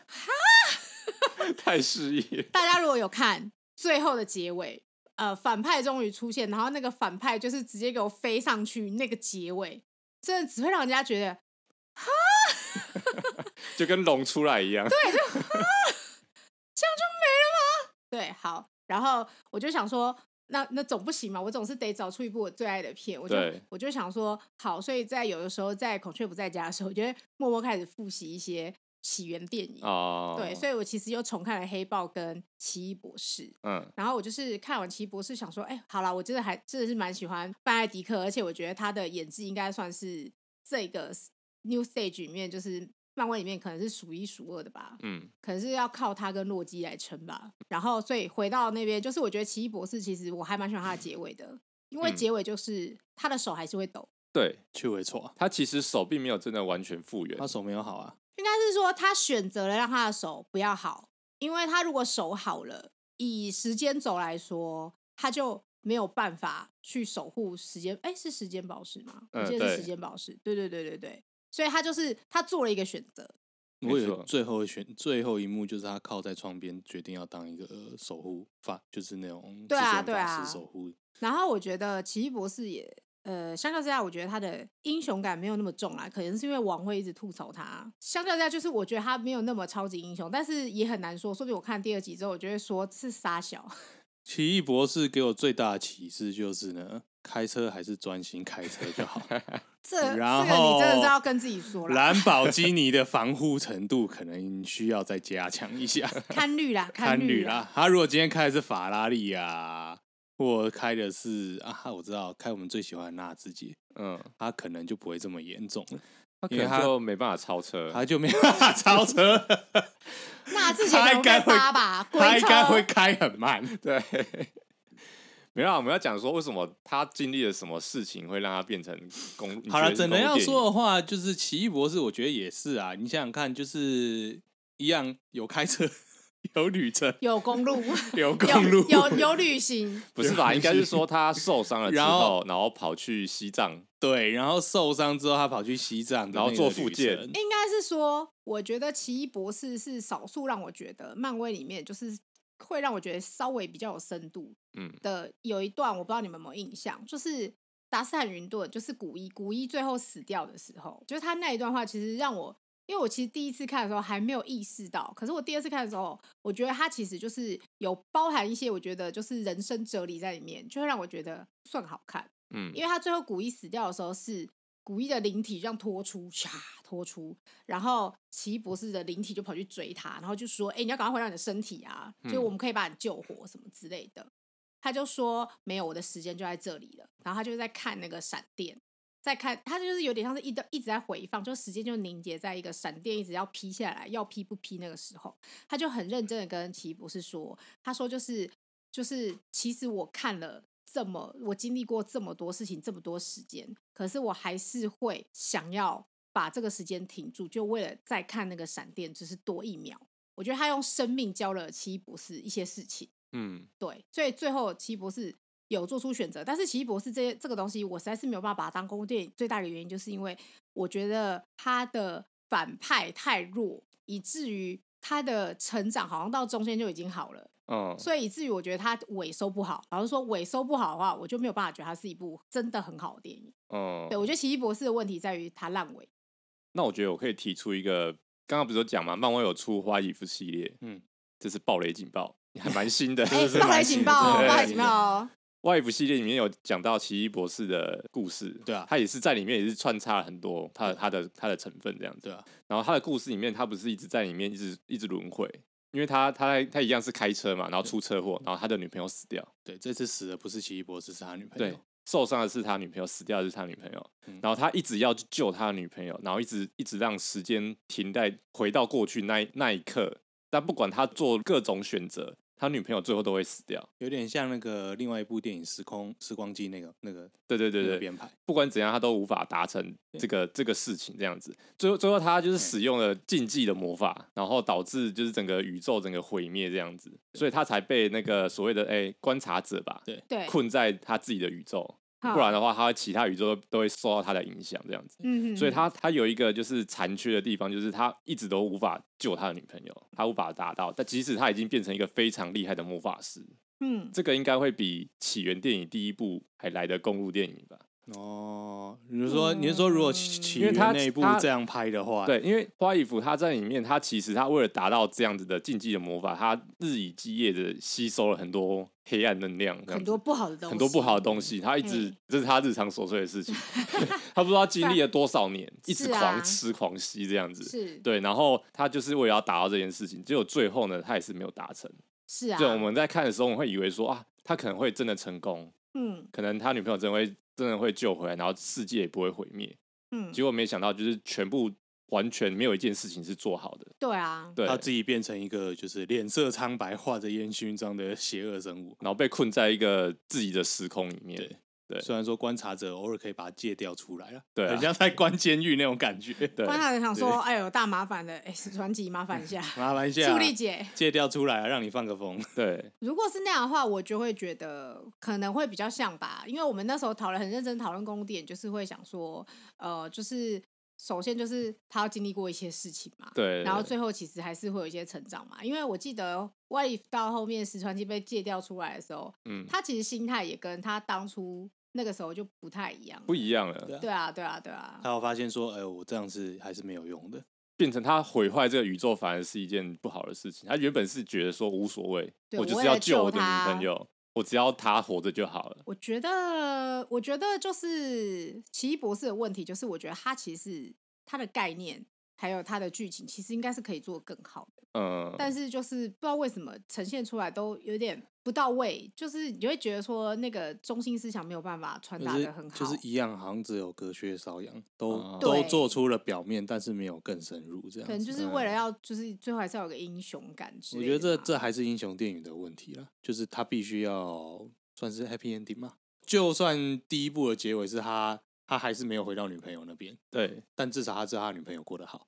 S1: 太失意了。
S2: 大家如果有看最后的结尾，呃，反派终于出现，然后那个反派就是直接给我飞上去，那个结尾真的只会让人家觉得
S1: 就跟龙出来一样。
S2: 对好。然后我就想说，那那总不行嘛，我总是得找出一部我最爱的片。我就
S1: 对
S2: 我就想说，好，所以在有的时候在孔雀不在家的时候，我就会默默开始复习一些起源电影。
S1: 哦，
S2: 对，所以我其实又重看了《黑豹》跟《奇异博士》。
S1: 嗯，
S2: 然后我就是看完《奇异博士》，想说，哎、好了，我真的还真的是蛮喜欢范艾迪克，而且我觉得他的演技应该算是这个 s- New Stage 里面，就是漫威里面可能是数一数二的吧，
S1: 嗯，
S2: 可能是要靠他跟洛基来撑吧。然后，所以回到那边，就是我觉得《奇异博士》其实我还蛮喜欢他的结尾的，因为
S1: 嗯
S2: 结尾就是他的手还是会抖，
S1: 对
S3: 去回错啊，
S1: 他其实手并没有真的完全复原
S3: 他，手没有好啊，
S2: 应该是说他选择了让他的手不要好，因为他如果手好了，以时间轴来说，他就没有办法去守护时间。哎、是时间宝石吗？我
S1: 嗯
S2: 记得是
S1: 对
S2: 时间宝石。对对对对对，所以他就是他做了一个选择，
S1: 没
S3: 我以为
S1: 错
S3: 最后选最后一幕就是他靠在窗边，决定要当一个呃守护法，就是那种
S2: 对啊
S3: 至尊
S2: 对
S3: 法
S2: 啊
S3: 师守护。
S2: 然后我觉得奇异博士也，呃，相较之下，我觉得他的英雄感没有那么重啦，可能是因为王会一直吐槽他。相较之下，就是我觉得他没有那么超级英雄，但是也很难说。说不定我看第二集之后，我就会说是傻小。
S3: 奇异博士给我最大的启示就是呢，开车还是专心开车就 好。
S2: 这这
S3: 然
S2: 个你真的
S3: 后
S2: 是要跟自己说了，
S3: 兰博基尼的防护程度可能需要再加强一 下，
S2: 看绿啦，
S3: 堪
S2: 绿
S3: 虑啦。。他如果今天开的是法拉利啊，或开的是啊，我知道开我们最喜欢的纳智捷，
S1: 嗯，
S3: 他可能就不会这么严重了，
S1: 他可
S3: 因为
S1: 能
S3: 他
S1: 就没办法超车，
S3: 他就没办法 超 车了。
S2: 那自己
S3: 他
S2: 可
S3: 应
S2: 能
S3: 该
S2: 被
S3: 会
S2: 扒吧，龟
S3: 他应该
S2: 车
S3: 会开很 慢。
S1: 对。没有啊，我们要讲说为什么他经历了什么事情会让他变成公。你
S3: 好
S1: 觉
S3: 了，
S1: 得是
S3: 整
S1: 公
S3: 的
S1: 路
S3: 要
S1: 电
S3: 说
S1: 影
S3: 的话，就是奇异博士，我觉得也是啊。你想想看，就是一样有开车， 有旅程，
S2: 有公路，
S3: 有
S2: 有
S3: 公路，
S2: 有有旅行，
S1: 不是 吧？应该是说他受伤了之
S3: 然
S1: 后
S3: 后，
S1: 然后跑去西藏，
S3: 对，然后受伤之后，他跑去西藏的
S1: 然后
S3: 那个
S1: 做
S3: 旅
S1: 复健
S3: 程
S2: 应该是说，我觉得奇异博士是少数让我觉得漫威里面就是会让我觉得稍微比较有深度
S1: 嗯，
S2: 的有一段，我不知道你们有没有印象，就是达斯坦云顿，就是古一，古一最后死掉的时候，就是他那一段话，其实让我，因为我其实第一次看的时候还没有意识到，可是我第二次看的时候，我觉得他其实就是有包含一些我觉得就是人生哲理在里面，就会让我觉得算好看。
S1: 嗯，
S2: 因为他最后古一死掉的时候是古一的灵体这样拖出，唰拖出，然后奇异博士的灵体就跑去追他，然后就说：“哎、你要赶快回到你的身体啊，就
S1: 嗯
S2: 我们可以把你救活什么之类的。他就说：“没有，我的时间就在这里了。”然后他就在看那个闪电，在看他就是有点像是一直一直在回放，就时间就凝结在一个闪电一直要劈下来，要劈不劈那个时候，他就很认真的跟奇异博士说，他说就是就是，其实我看了这么，我经历过这么多事情，这么多时间，可是我还是会想要把这个时间停住，就为了再看那个闪电，只是多一秒。我觉得他用生命教了奇异博士一些事情。
S1: 嗯，
S2: 对，所以最后奇异博士有做出选择，但是奇异博士这这个东西，我实在是没有办法把它当公路电影。最大的原因就是因为我觉得他的反派太弱，以至于他的成长好像到中间就已经好了，
S1: 嗯，
S2: 所以以至于我觉得他尾收不好。然后说尾收不好的话，我就没有办法觉得它是一部真的很好的电影。
S1: 嗯，
S2: 对我觉得奇异博士的问题在于他烂尾。
S1: 那我觉得我可以提出一个，刚刚不是有讲嘛，漫威有出花衣服系列，
S3: 嗯，
S1: 这是暴雷警报，还蛮新 的。
S2: 哎，
S3: 是
S2: 爆雷
S3: 蛮新
S2: 警
S3: 的
S2: 报哦，
S1: 对
S2: 爆雷警报哦！
S1: 花衣服系列里面有讲到奇异博士的故事，
S3: 对啊
S1: 他也是在里面也是穿插了很多他的他的他的成分这样子。
S3: 对啊，
S1: 然后他的故事里面，他不是一直在里面一直一直轮回，因为他他他一样是开车嘛，然后出车祸，然后他的女朋友死掉，
S3: 对，这次死的不是奇异博士，是他女朋
S1: 对
S3: 友。，
S1: 受伤的是他女朋友，死掉的是他女朋友。
S3: 嗯
S1: 然后他一直要去救他的女朋友，然后一直一直让时间停在回到过去那一那一刻。但不管他做各种选择，他女朋友最后都会死掉。
S3: 有点像那个另外一部电影《时空时光机》那个那个
S1: 对对对
S3: 那个
S1: 对，
S3: 编排，
S1: 不管怎样，他都无法达成这个这个事情。这样子，最后最后他就是使用了禁忌的魔法，然后导致就是整个宇宙整个毁灭这样子，所以他才被那个所谓的哎、观察者吧
S3: 对
S2: 对，啊
S1: 困在他自己的宇宙，
S2: 好
S1: 不然的话，他其他宇宙都会受到他的影响这样子。
S2: 嗯，嗯
S1: 所以
S2: 嗯
S1: 他他有一个就是残缺的地方，就是他一直都无法救他的女朋友，他无法达到。但即使他已经变成一个非常厉害的魔法师，
S2: 嗯，
S1: 这个应该会比起源电影第一部还来的公路电影吧？
S3: 哦，你是说你是说如果起起
S1: 哦因为
S3: 源
S1: 他
S3: 那一部
S1: 他
S3: 这样拍的话，
S1: 对，因为花衣服他在里面，他其实他为了达到这样子的禁忌的魔法，他日以继夜的吸收了很多黑暗能量，这
S2: 很
S1: 样子
S2: 多嗯不好的东西，
S1: 很多不好的东西，他一直这是他日常琐碎 的事情， 他不知道经历了多少年，一直
S2: 是啊
S1: 狂吃狂吸这样子。
S2: 是，
S1: 对，然后他就是为了要达到这件事情，结果最后呢，他也是没有达成。
S2: 是啊，
S1: 对，我们在看的时候，我们会以为说啊，他可能会真的成功，
S2: 嗯
S1: 可能他女朋友真的会真的会救回来，然后世界也不会毁灭。
S2: 嗯，
S1: 结果没想到，就是全部完全没有一件事情是做好的。
S2: 对啊，
S1: 对，
S3: 他自己变成一个就是脸色苍白、画着烟熏妆的邪恶生物。
S1: 然后被困在一个自己的时空里面
S3: 对。
S1: 对
S3: 虽然说观察者偶尔可以把它戒掉出来了，
S1: 对啊
S3: 很像在关监狱那种感觉。
S1: 对
S2: 观察人想说，哎呦，大麻烦的，哎，史传奇麻烦一 下，
S3: 麻烦一下
S1: 啊
S2: 助力姐。
S3: 戒掉出来啊，让你放个风。
S1: 对
S2: 如果是那样的话，我就会觉得可能会比较像吧，因为我们那时候讨论很认真讨论公点，就是会想说，呃，就是首先就是他要经历过一些事情嘛，
S1: 对，
S2: 然后
S1: 对
S2: 最后其实还是会有一些成长嘛。因为我记得 What if 到后面石川纪被戒掉出来的时候，
S1: 嗯
S2: 他其实心态也跟他当初那个时候就不太一样了。
S1: 不一样了，
S3: 对
S2: 对啊，对啊，对啊，
S3: 他有发现说，哎、我这样是还是没有用的。
S1: 变成他毁坏这个宇宙反而是一件不好的事情。他原本是觉得说无所谓，
S2: 对
S1: 就
S2: 我
S1: 是
S2: 为了
S1: 要救我的
S2: 救他
S1: 女朋友，我只要她活着就好了。
S2: 我觉得，我觉得就是奇异博士的问题，就是我觉得他其实他的概念还有他的剧情，其实应该是可以做得更好的，
S1: 嗯，
S2: 但是就是不知道为什么呈现出来都有点不到位，就是你会觉得说那个中心思想没有办法传
S3: 就
S2: 达的
S3: 是
S2: 很好，
S3: 就是一样，好像只有隔靴搔痒，都、
S1: 啊
S3: 都
S2: 对
S3: 做出了表面，但是没有更深入这样
S2: 可
S3: 子。嗯
S2: 能就是为了要，就是最后还是要有个英雄感之
S3: 我
S2: 类
S3: 觉得这
S2: 的吧
S3: 这还是英雄电影的问题了，就是他必须要算是 happy ending 嘛。就算第一部的结尾是他，他还是没有回到女朋友那边，
S1: 对，
S3: 但至少他知道他女朋友过得好，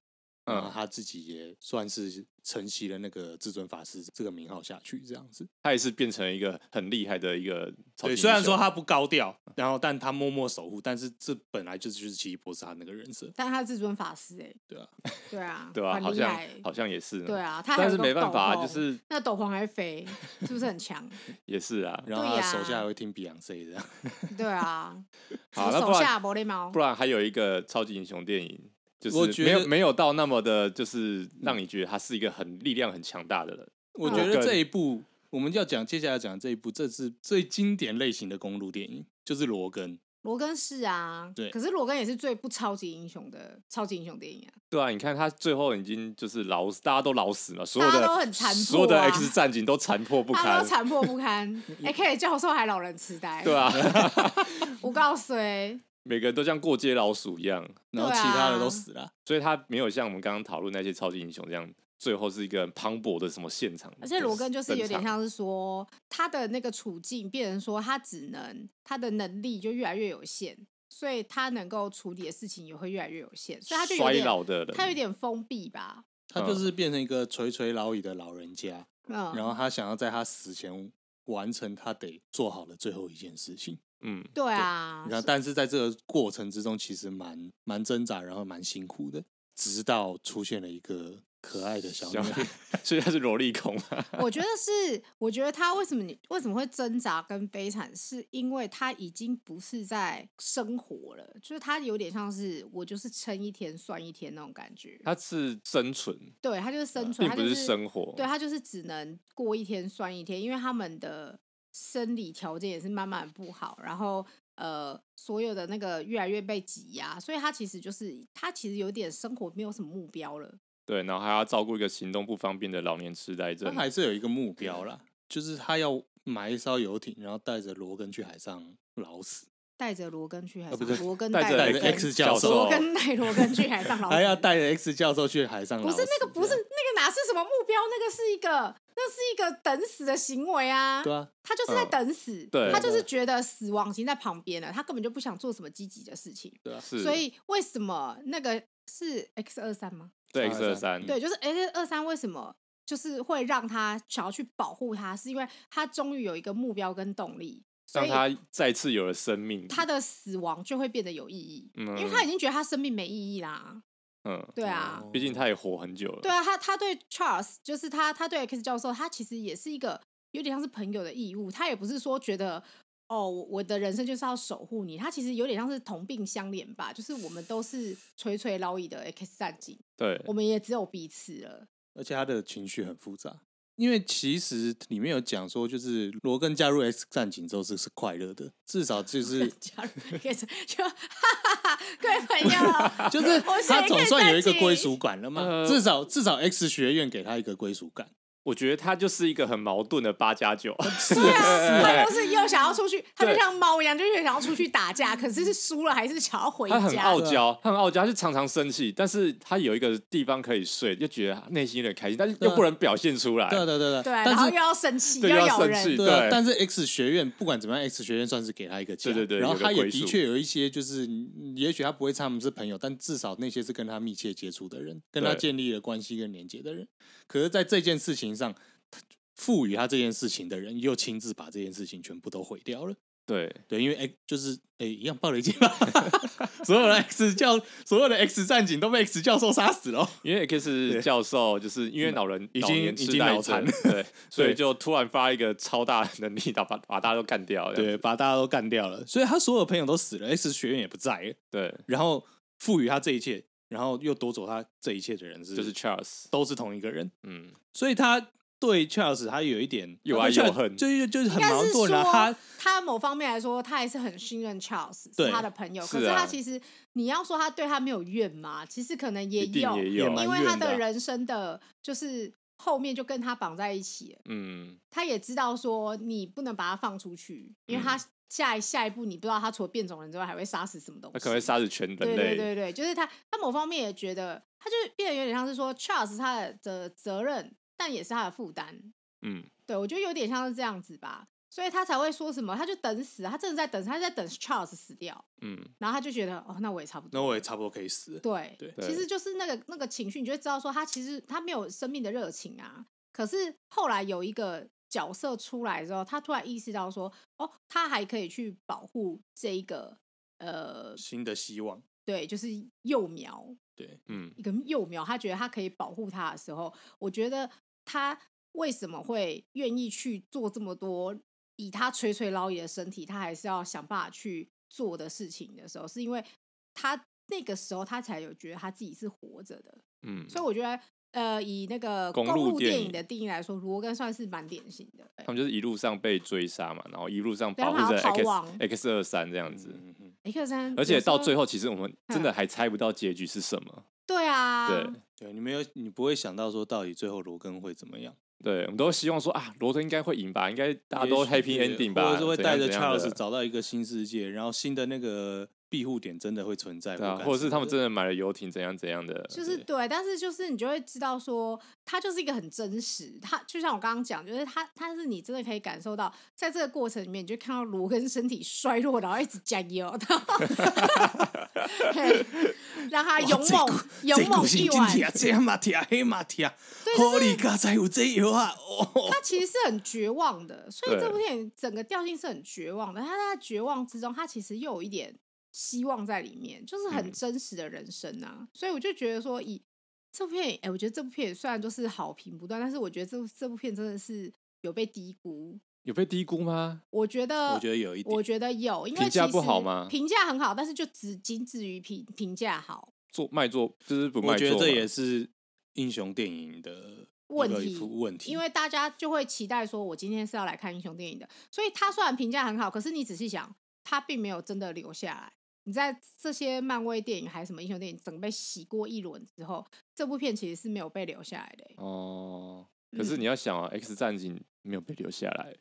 S1: 嗯
S3: 嗯，他自己也算是承袭了那个至尊法师这个名号下去，这样子。
S1: 他也是变成一个很厉害的一个超级
S3: 对，
S1: 英雄。
S3: 虽然说他不高调，然后但他默默守护，但是这本来就是就是奇异博士他那个人设，
S2: 但他至尊法师哎、
S3: 对啊，
S2: 对啊，
S1: 对吧、
S2: 很
S1: 好
S2: 厉
S1: 像
S2: 害，
S1: 好像也是呢，
S2: 对啊，他还
S1: 但
S2: 有
S1: 是
S2: 个
S1: 没办
S2: 斗
S1: 法啊，就
S2: 篷
S1: 是
S2: 那斗篷还会飞，是不是很强？
S1: 也是啊，
S3: 然后
S2: 对
S3: 他
S2: 呀
S3: 手下还会听 Beyonce 这样。
S2: 对啊，
S1: 好
S2: 什么
S1: 那不
S2: 手
S1: 然
S2: 下玻璃猫
S1: 不，然还有一个超级英雄电影，就
S3: 我
S1: 是
S3: 觉
S1: 没有
S3: 得
S1: 没有到那么的，就是让你觉得他是一个很力量很强大的人。
S3: 我
S2: 嗯
S3: 觉得
S1: 跟
S3: 这一部我们要讲接下来讲这一部，这是最经典类型的公路电影，就是罗根。
S2: 罗根是啊，
S3: 对
S2: 可是罗根也是最不超级英雄的超级英雄电影啊，
S1: 对啊，你看他最后已经就是老死，大家都老死嘛，所有
S2: 大
S1: 的
S2: 家都很残
S1: 所有的
S2: 破啊
S1: X 战警都残破不
S2: 他
S1: 堪
S2: 都，残破不堪， 哎、k 教授还老人痴呆，
S1: 对，啊，
S2: 我告诉谁，
S1: 每个人都像过街老鼠一样，
S3: 然后
S2: 对
S3: 其
S2: 啊
S3: 他的都死了，
S1: 所以他没有像我们刚刚讨论那些超级英雄这样，最后是一个很磅礴的什么现场。
S2: 而且罗根就是有点
S1: 登场，
S2: 像是说，他的那个处境变成说，他只能他的能力就越来越有限，所以他能够处理的事情也会越来越有限，所以他就有
S1: 衰
S2: 点
S1: 老的人，
S2: 他有点封闭吧，
S3: 他
S1: 嗯
S3: 就是变成一个垂垂老矣的老人家，
S2: 嗯，
S3: 然后他想要在他死前完成他得做好的最后一件事情。
S1: 嗯，
S2: 对啊，
S3: 然后，但是在这个过程之中，其实蛮蛮挣扎，然后蛮辛苦的，直到出现了一个可爱的小女
S1: 小
S3: 孩。
S1: 所以他是萝莉控嘛，
S2: 我觉得是，我觉得他为什么你为什么会挣扎跟悲惨，是因为他已经不是在生活了，就是他有点像是我就是撑一天算一天那种感觉，
S1: 他是生存，
S2: 对他就是生存，
S1: 并
S2: 他
S1: 不
S2: 就是
S1: 生活。
S2: 对他就是只能过一天算一天，因为他们的生理条件也是慢慢不好，然后呃，所有的那个越来越被挤压，所以他其实就是他其实有点生活没有什么目标了。
S1: 对，然后还要照顾一个行动不方便的老年痴呆
S3: 他
S1: 症。
S3: 还是有一个目标啦，就是他要买一艘游艇，然后带着罗根去海上老死，
S2: 带着罗根去海
S3: 啊
S2: 上，
S3: 不是
S2: 罗根
S1: 带着
S2: 罗
S3: 带
S1: 对
S3: 着
S2: 根
S3: X 教
S1: 教
S3: 授
S1: 授
S2: 罗，根带罗根去海上老师，
S3: 还要带着 X 教授去海上老
S2: 不
S3: 死。
S2: 是那个，不是
S3: 这
S2: 那
S3: 样
S2: 个哪是什么目标？那个是一个，那是一个等死的行为啊！
S3: 对啊，
S2: 他就是在
S1: 嗯
S2: 等死，
S1: 对
S2: 他就是觉得死亡已经在旁边了，他根本就不想做什么积极的事情。
S3: 对啊，
S1: 是，
S2: 所以为什么那个是 X 二三吗？
S1: 对 X
S3: 223
S1: 二三，
S2: 对，就是 X 二三为什么就是会让他想要去保护他，是因为他终于有一个目标跟动力，所
S1: 让
S2: 以
S1: 他再次有了生命。
S2: 他的死亡就会变得有意义，
S1: 嗯
S2: 因为他已经觉得他生命没意义啦。
S1: 嗯，
S2: 对啊，
S3: 哦
S1: 毕竟他也活很久了。
S2: 对啊，他他对 Charles 就是他他对 X 教授，他其实也是一个有点像是朋友的义务，他也不是说觉得。哦，我我的人生就是要守护你。他其实有点像是同病相怜吧，就是我们都是垂垂老矣的 X 战警，
S1: 对
S2: 我们也只有彼此了。
S3: 而且他的情绪很复杂。因为其实里面有讲说，就是罗根加入 X 战警之后是是快乐的，至少 就是
S2: 加入 X 就哈哈哈，各位朋 友，
S3: 就是
S2: 我
S3: 他
S2: 选
S3: 总
S2: X
S3: 算有一个
S2: 战警
S3: 归属感了嘛，
S1: 呃
S3: 至少至少 X 学院给他一个归属感。
S1: 我觉得他就是一个很矛盾的八加九，
S3: 是
S2: 对啊，
S3: 是
S2: 他就是又想要出去，他就
S1: 哎对
S2: 像猫一样，就是想要出去打架，可是是输了还是想要回
S1: 他很
S2: 家。
S3: 啊
S1: 傲娇，他很傲娇，他就常常生气，但是他有一个地方可以睡，就觉得内心有点开心，但是又不能表现出来。
S3: 对对啊对
S2: 对，啊然
S3: 但
S2: 后又
S3: 是。
S2: 要生气，
S1: 对
S2: 又
S1: 又要
S2: 咬
S1: 生
S2: 人
S1: 气，
S3: 对啊
S1: 对，
S3: 但是 X 学院不管怎么样，X 学院算是给他一个家，
S1: 对对对
S3: 然后
S1: 有个
S3: 他也
S1: 归
S3: 的
S1: 宿
S3: 确有一些，就是嗯也许他不会称他们是朋友，但至少那些是跟他密切接触的人，跟他
S1: 对
S3: 建立了关系跟连接的人。可是，在这件事情上，他赋予他这件事情的人，又亲自把这件事情全部都毁掉了。
S1: 对
S3: 对，因为哎、就是哎、一样暴雷击吧， 所有的 X 教，所有的 X 战警都被 X 教授杀死了。哦
S1: 因为 X 教授就是因为老人
S3: 嗯已
S1: 老
S3: 经
S1: 年
S3: 已
S1: 痴
S3: 经
S1: 呆
S3: 脑
S1: 症
S3: 残
S1: 对，所以就突然发一个超大的能力，把把把大家都干掉。这样
S3: 对，把大家都干掉了，所以他所有朋友都死了，X 学院也不在了，
S1: 对，
S3: 然后赋予他这一切，然后又夺走他这一切的人是，
S1: 就是 Charles，
S3: 都是同一个人，
S1: 嗯，
S3: 所以他对 Charles 他有一点
S1: 又
S3: 他对
S1: 爱
S3: Charles
S1: 又恨
S3: 就是就是很
S2: 应该
S3: 矛
S2: 是
S3: 盾啊。
S2: 说
S3: 他，
S2: 他某方面来说，他还是很信任 Charles，
S3: 对
S2: 是他的朋友。
S1: 是
S2: 可是
S1: 啊
S2: 他其实，你要说他对他没有怨嘛，其实可能也
S1: 一定
S2: 有，
S1: 也
S3: 也蛮
S2: 因为他
S3: 怨的啊
S2: 的人生的就是后面就跟他绑在一起了，
S1: 嗯，
S2: 他也知道说你不能把他放出去，因
S1: 嗯
S2: 为他下一下一步你不知道他除了变种人之外还会杀死什么东西，
S1: 他可能会杀死全
S2: 对
S1: 人
S2: 对
S1: 类。
S2: 对对，就是他，他某方面也觉得，他就变得有点像是说 Charles 他的的责任，但也是他的负担。
S1: 嗯，
S2: 对我觉得有点像是这样子吧，所以他才会说什么，他就等死，啊他真的在等死，他在等 Charles 死掉，
S1: 嗯，
S2: 然后他就觉得哦，那我也差不多。
S3: 那我也差不多可以死了。
S2: 对，
S3: 对
S2: 其实就是那个那个情绪，你就会知道说他其实他没有生命的热情啊。可是后来有一个角色出来之后，他突然意识到说，哦，他还可以去保护这一个呃，
S3: 新的希望，
S2: 对，就是幼苗，
S3: 对，
S1: 嗯，
S2: 一个幼苗，他觉得他可以保护他的时候，我觉得他为什么会愿意去做这么多以他垂垂老矣的身体，他还是要想办法去做的事情的时候，是因为他那个时候他才有觉得他自己是活着的，
S1: 嗯，
S2: 所以我觉得。呃，以那个
S1: 公
S2: 公
S1: 路
S2: 路
S1: 电
S2: 电
S1: 影
S2: 影的定义来说，罗根算是蛮典型的。
S1: 他们就是一路上被追杀嘛，然后一路上
S2: 对他
S1: 保护
S2: 们
S1: 着
S2: 还要
S1: X
S2: 逃亡
S1: X 二三这样子，
S3: 嗯嗯，
S2: 一个三，
S1: 而且到最
S2: 后，
S1: 后，其实我们
S2: 嗯
S1: 真的还猜不到结局是什么。
S2: 对啊，
S1: 对
S3: 对，你没有，你不会想到说到底最后罗根会怎么样，
S1: 对，我们都希望说啊，罗登应该会赢吧，应该大家都
S3: 也许
S1: happy
S3: 对
S1: ending 吧，
S3: 或者是会
S1: 怎
S3: 带
S1: 样
S3: 着
S1: 怎样
S3: Charles
S1: 的
S3: 找到一个新世界，然后新的那个庇护点真的会存在，
S1: 对啊，
S3: 敢
S1: 或者是他们
S3: 死
S1: 真的买了游艇，怎样怎样的，
S2: 就是
S1: 对
S2: 对，但是就是你就会知道说，他就是一个很真实，他就像我刚刚讲，就是他他是你真的可以感受到，在这个过程里面，你就看到罗根身体衰弱，然后一直加油，然后 嘿让他勇
S3: 哇
S2: 猛勇猛一
S3: 这股神经
S2: 晚
S3: 痛，这嘛痛，黑嘛痛，好你家才有这药啊！哦，
S2: 他其实是很绝望的，所以
S1: 对
S2: 这部电影整个调性是很绝望的。他在绝望之中，他其实又有一点希望在里面，就是很
S1: 嗯
S2: 真实的人生啊。所以我就觉得说，以这部片，哎、我觉得这部片虽然就是好评不断，但是我觉得这这部片真的是有被低估。
S1: 有被低估吗？
S2: 我觉得，
S3: 我觉得有一点
S2: 我觉得有，因为
S1: 评价
S2: 其
S1: 不好
S2: 实
S1: 吗
S2: 评价很好，但是就只仅止于评评价好。
S1: 做卖座就是不卖
S3: 我
S1: 座
S3: 觉得
S1: 嘛，
S3: 这也是英雄电影的
S2: 问
S3: 一个
S2: 题
S3: 问题，
S2: 因为大家就会期待说，我今天是要来看英雄电影的，所以他虽然评价很好，可是你仔细想，他并没有真的留下来。你在这些漫威电影还是什么英雄电影，整个被洗过一轮之后，这部片其实是没有被留下来的、欸
S1: 哦。可
S3: 嗯
S1: 是你要想啊，《X 战警》没有被留下来，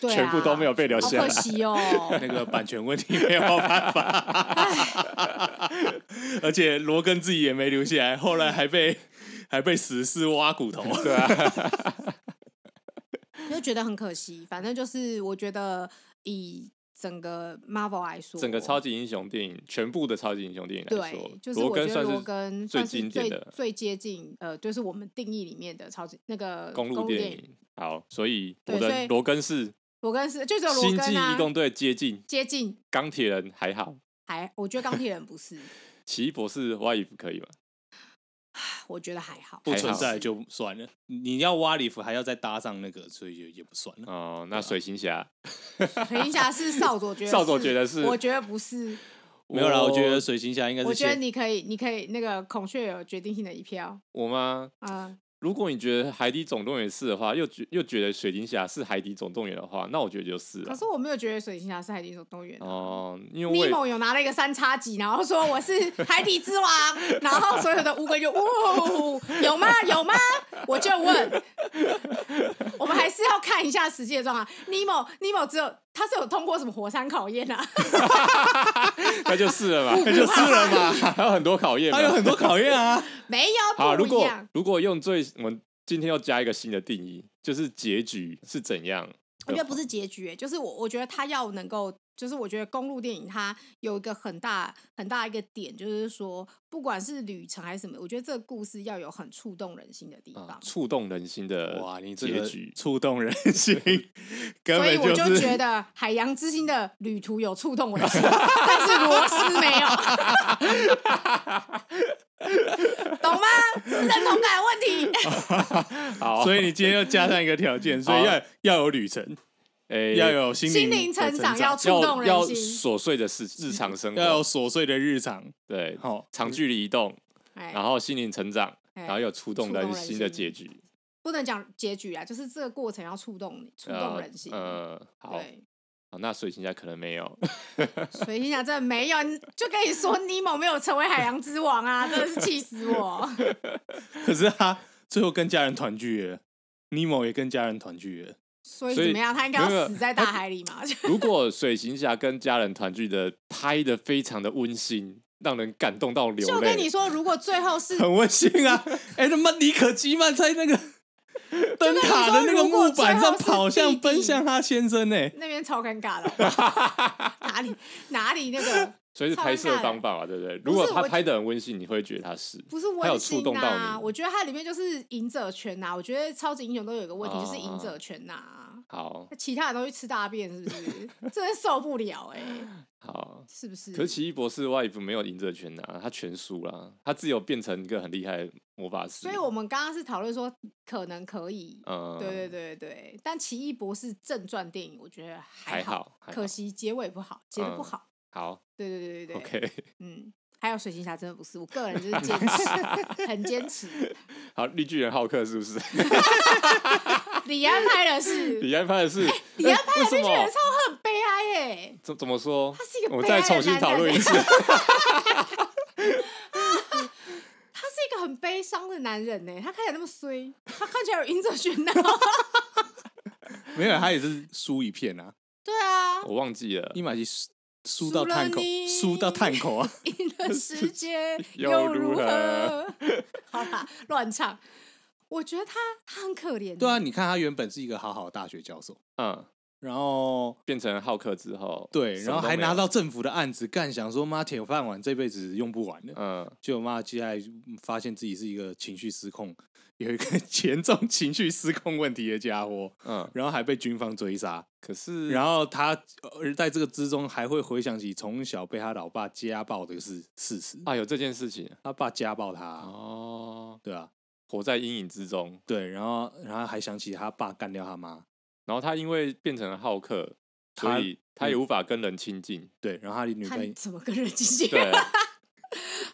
S2: 对、啊，
S1: 全部都没有，被留
S2: 好
S1: 下
S2: 可
S1: 来。
S2: 惜哦。
S3: 那个版权问题没有办法， 而且罗根自己也没留下来，后来还 被还被死尸挖骨头， 对啊，
S2: 就觉得很可惜。反正就是，我觉得以整个 Marvel 来说，
S1: 整个超级英雄电影，全部的超级英雄电影来说
S2: 哦对，，就是
S1: 罗
S2: 我觉
S1: 根
S2: 得
S1: 算
S2: 罗
S1: 是
S2: 根
S1: 最
S2: 算是
S1: 经典
S2: 最
S1: 的
S2: 最接近呃，就是我们定义里面的超级那个
S1: 公路电影。好，所以我
S2: 对所
S1: 的
S2: 以
S1: 罗根是
S2: 罗根是就只有罗
S1: 星际
S2: 根啊
S1: 义，工队接近
S2: 接近
S1: 钢铁人还好，
S2: 还，我觉得钢铁人不是，
S1: 奇异博士 What if 可以吗？
S2: 我觉得还好。
S3: 不
S1: 还
S3: 存
S1: 好
S3: 在就算了。你要挖礼服还要再搭上那个，所以也也不算了。
S1: 哦，那水行侠
S2: 等一下 是少佐觉得是，
S1: 少佐觉得是
S2: 我觉得不是，
S3: 没有啦，我觉得
S1: 我
S3: 水行侠应该是
S2: 我觉得
S3: 先
S2: 你可以，你可以那个孔雀有决定性的一票
S1: 我吗？
S2: 啊、
S1: 如果你觉得《海底总动员》是的话，又觉又觉得《水晶侠》是《海底总动员》的话，那我觉得就是
S2: 可
S1: 了
S2: 是。我没有觉得水行侠是海底总动员、啊。
S1: 哦，因
S2: 尼
S1: 为我
S2: 莫
S1: 也
S2: 有拿了一个三叉戟，然后说我是海底之王， 然后所有的乌龟就呜、有吗？有吗？我就问，看一下实际的状况。尼莫，尼莫只有他是有通过什么火山考验啊？
S1: 那就是 了嘛，
S3: 那就是了嘛，
S1: 还有很多考验嘛，
S3: 还有很多考验啊。
S2: 没
S1: 好，
S2: 有，不
S1: 如
S2: 一
S1: 果
S2: 样。
S1: 如果用最，我们今天要加一个新的定义，就是结局是怎样？
S2: 我觉得不是结局、欸，就是我我觉得他要能够，就是我觉得公路电影它有一个很大很大一个点，就是说不管是旅程还是什么，我觉得这个故事要有很触动人心的地方。
S1: 啊触动人心的
S3: 哇，你这
S1: 结
S3: 个
S1: 局，
S3: 触动人 心，根
S2: 所以
S3: 本
S2: 我就是觉得《海洋之心》的旅途有触动我的心，但是罗斯没有， 懂吗？认同感问题。
S1: 好，
S3: 所
S1: 以
S3: 以你今天要加上一个条 件，所以
S1: 好
S3: 要要有旅程，
S1: 诶
S3: 要有心
S2: 心
S3: 灵
S2: 灵
S3: 的
S2: 成
S3: 长
S2: 长，要触动
S1: 要
S2: 人心。
S1: 琐碎的事，日常生
S3: 要有
S1: 活，
S3: 琐碎的日常。
S1: 对，
S3: 好，
S1: 长距离移动，
S2: 哎
S1: 然后心灵成长，
S2: 哎
S1: 然后有触动
S2: 触动
S1: 人
S2: 人
S1: 心的
S2: 心
S1: 结局，
S2: 不能讲结局啊，就是这个过程要触动你，触动
S1: 呃
S2: 人心。
S1: 呃，好，
S2: 对，
S1: 好那水行侠可能没有，
S2: 所以心想啊真的没有，就跟你说尼莫没有成为海洋之王啊，真的是气死我。
S3: 可是他最后跟家人团聚了，尼莫也跟家人团聚了。
S2: 所以
S1: 所以
S2: 怎么样？他应该
S1: 没有没
S2: 要
S1: 有
S2: 死在大海里嘛？
S1: 如果水行侠跟家人团聚的拍的非常的温馨，让人感动到流
S2: 就跟你
S1: 泪，
S2: 说，如果最后 是
S3: 很温馨啊！哎、他妈尼可基曼在 那个灯塔的那个木板上跑向奔向他先生呢、
S2: 那边超尴尬的好不好， 哪里哪里那个
S1: 所以是
S2: 超
S1: 拍
S2: 尴
S1: 摄
S2: 尬欸
S1: 方
S2: 的
S1: 法嘛，对不对？
S2: 不
S1: 如果
S2: 是
S1: 他
S2: 我
S1: 拍的很温馨，你会觉得他是
S2: 不是
S1: 他有
S2: 温
S1: 触
S2: 馨
S1: 动到
S2: 呐、
S1: 你
S2: 我觉得它里面就是赢者圈啊呐、我觉得超级英雄都有一个问题，就是
S1: 啊
S2: 赢者圈呐、
S1: 好
S2: 那其他人都去吃大便，是不是？ 真的受不了哎、
S1: 好。
S2: 是不是？
S1: 可是奇异博士外服没有赢这圈啊，他全输啦，他只有变成一个很厉害的魔法师。
S2: 所以我们刚刚是讨论说可能可以，
S1: 嗯，
S2: 对对对对。但《奇异博士》正传电影，我觉得还
S1: 还好还好
S2: 可惜结尾不好，结的不
S1: 嗯
S2: 好。
S1: 好
S2: 对对对对对
S1: ，OK，
S2: 嗯。还有水行侠真的不是，我个人就是坚持，很坚持。
S1: 好，绿巨人浩克是 不是？
S2: 李安拍的是，
S1: 李安拍的是哎
S2: 李安拍
S1: 为
S2: 的
S1: 什
S2: 绿巨
S1: 么
S2: 人？超很悲哀耶、
S1: 怎怎么说？
S2: 他是一个
S1: 我
S2: 悲
S1: 再
S2: 哀的
S1: 重新
S2: 男
S1: 讨
S2: 人啊欸
S1: 论一次。
S2: 他是一个很悲伤的男人呢、欸他看起来那么衰，他看起来有隐者喧闹。
S3: 没有，他也是输一片啊，
S2: 对啊，
S1: 我忘记了
S3: 伊，玛吉输输到探口
S2: 输了，你
S3: 输到探口啊！
S2: 赢了世界
S1: 又
S2: 又如
S1: 如
S2: 何
S1: 何？
S2: 好啦，乱唱。我觉得他他很可怜。
S3: 对啊，，你看他原本是一个好好的大学教授，
S1: 嗯，
S3: 然后
S1: 变成浩克之后，
S3: 对，
S1: 什么
S3: 然后
S1: 都
S3: 还
S1: 没有
S3: 拿到政府的案子，干想说妈铁饭碗这辈子用不完的，
S1: 嗯，
S3: 就妈接下来发现自己是一个情绪失控，有一个 严重情绪失控问题的家伙，
S1: 嗯，
S3: 然后还被军方追杀，
S1: 可是
S3: 然后他而在这个之中还会回想起从小被他老爸家暴的事事实，
S1: 啊，有这件事情
S3: 他爸家暴他，
S1: 哦，
S3: 对啊，
S1: 活在阴影之中。
S3: 对，然后然后还想起他爸干掉他妈，
S1: 然后他因为变成了浩克，所
S3: 他嗯
S1: 以他也无法跟人亲 近。
S3: 对，然后他的女
S2: 他
S3: 朋友
S2: 怎么跟人 之间
S1: 对， 啊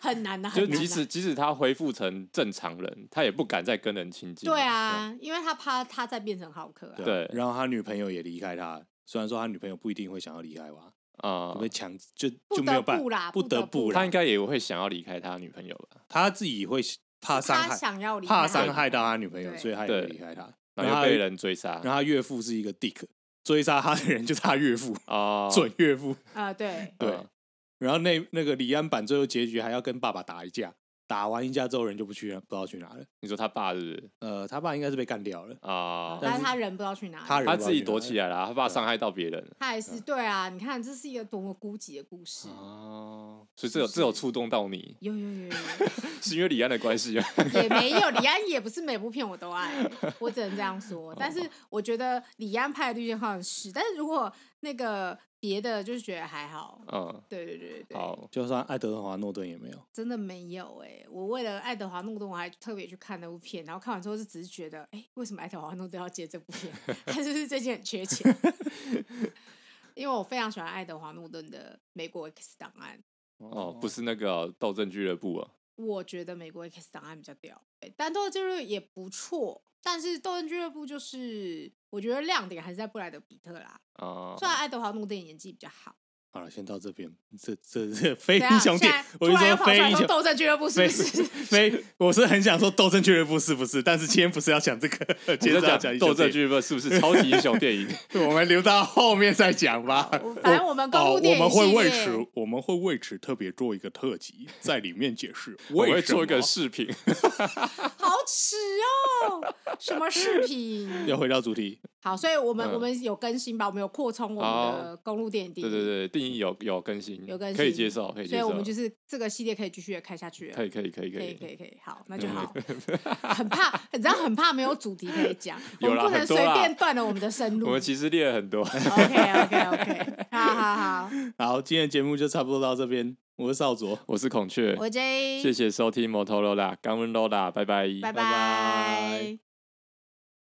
S2: 很难的、啊，
S1: 就
S2: 很难、
S1: 即
S2: 啊。
S1: 使即使他恢复成正常人，他也不敢再跟人亲近。
S2: 对，啊，因为他怕他再变成浩克、啊。
S1: 对
S3: 然后他女朋友也离开他了，虽然说他女朋友不一定会想要离开我啊，
S1: 啊、
S3: 被强制就
S2: 不
S3: 就没
S2: 得
S3: 有办
S2: 不啦
S3: 不
S2: 不
S3: 得
S2: 得不
S3: 不
S1: 他
S3: 啦
S1: 应，该也会想要离开他女朋友吧？
S3: 他自己会怕伤
S2: 他
S3: 害。
S2: 想要离开
S3: 怕
S2: 他
S3: 伤害到他女朋友，
S2: 对
S3: 所以他也会
S1: 对
S3: 离开他。
S1: 然
S3: 然
S1: 后
S3: 后
S1: 又被
S3: 他
S1: 人追杀
S3: 然后他岳父是一个 dick，追杀他的人就是他岳父，
S1: 啊，
S3: 准岳父。
S2: 呃，对，
S3: 对
S1: 嗯
S3: 然后那那个李安版最后结局还要跟爸爸打一架，打完一架之后人就不去了，不知道去哪了。
S1: 你说他爸是不是
S3: 呃，他爸应该是被干掉了，
S1: 啊？
S2: 但是他人不知道去哪里。
S3: 哦他人嗯
S1: 他自己躲起
S3: 来。
S1: 来了，他爸伤害到别人了。
S2: 他还是对啊，你看这是一个多么孤寂的故事。
S1: 哦，所以这有这有触动到你，
S2: 有有有有
S1: 是因为李安的关系啊？
S2: 有，也没有李安也不是每部片我都爱，我只能这样
S3: 哦
S2: 说。但是我觉得李安拍的《绿箭好像是，但是如果那个别的，就是觉得还好。
S1: 嗯，
S2: 对对对对，
S1: 好，
S3: 就算爱德华诺顿也没有，
S2: 真的没有哎、我为了爱德华诺顿，我还特别去看那部片，然后看完之后是只是觉得，哎、为什么爱德华诺顿要接这部片？ 他是不是最近很缺钱？ 因为我非常喜欢爱德华诺顿的《美国 X 档案》，
S1: 哦，不是那个哦斗争俱乐部啊，
S2: 我觉得《美国 X 档案》比较屌，欸但《斗争俱乐部》也不错，但是《斗争俱乐部》就是我觉得亮点还是在布莱德比特啦，
S1: 啊
S3: 哦
S2: 虽，然爱德华诺顿演技比较好，
S3: 好了，先到这边。这这这非
S2: 怎样
S3: 英雄
S2: 现
S3: 弟
S2: 在，
S3: 我跟
S2: 突
S3: 你
S2: 然又
S3: 说
S2: 跑
S3: 非
S2: 出来
S3: 英
S2: 说
S3: 雄
S2: 斗争俱乐部
S3: 非
S2: 是不是？
S3: 非，我是很想说斗争俱乐部是不是？但是今天不是要讲这个，今天
S1: 接
S3: 是
S1: 着
S3: 要
S1: 讲
S3: 斗
S1: 斗
S3: 争
S1: 争
S3: 俱
S1: 俱乐部是不是超级英雄 电影？
S3: 乐部，我们留到后面再讲吧。
S2: 反正我们公
S3: 哦，
S2: 路
S3: 我
S2: 电影
S3: 们会
S2: 系
S3: 为
S2: 列
S3: 此，我们会为此特别做一个特辑，在里面解释
S1: 我
S3: 为
S1: 会
S3: 什么
S1: 做一个视频，
S2: 好耻哦，什么视频？
S3: 要回到主题，
S2: 好，所以我们、
S1: 嗯
S2: 我们有更新吧，我们有扩充我们的公路电影地，
S1: 对对，对，定义有有更新，
S2: 有更新
S1: 可以接受，可以
S2: 所
S1: 接
S2: 以
S1: 受，
S2: 我们就是这个系列可以继续地开下去了
S1: 可以可以可以可
S2: 可以
S1: 以
S2: 可以可以，好，那就好。 很怕，你知道很怕没有主题可以讲，我
S1: 有
S2: 们
S1: 啦
S2: 不能
S1: 很
S2: 随
S1: 多啦
S2: 便断了我们的生路。
S1: 我们其实列了很多，
S2: OK OK OK，好好好，
S3: 好，今天的节目就差不多到这边。我是少佐，
S1: 我是孔雀，
S2: 我 J，
S1: 谢谢收听摩托罗拉，感恩罗拉，拜拜，
S3: 拜
S2: 拜
S3: 拜
S2: 拜。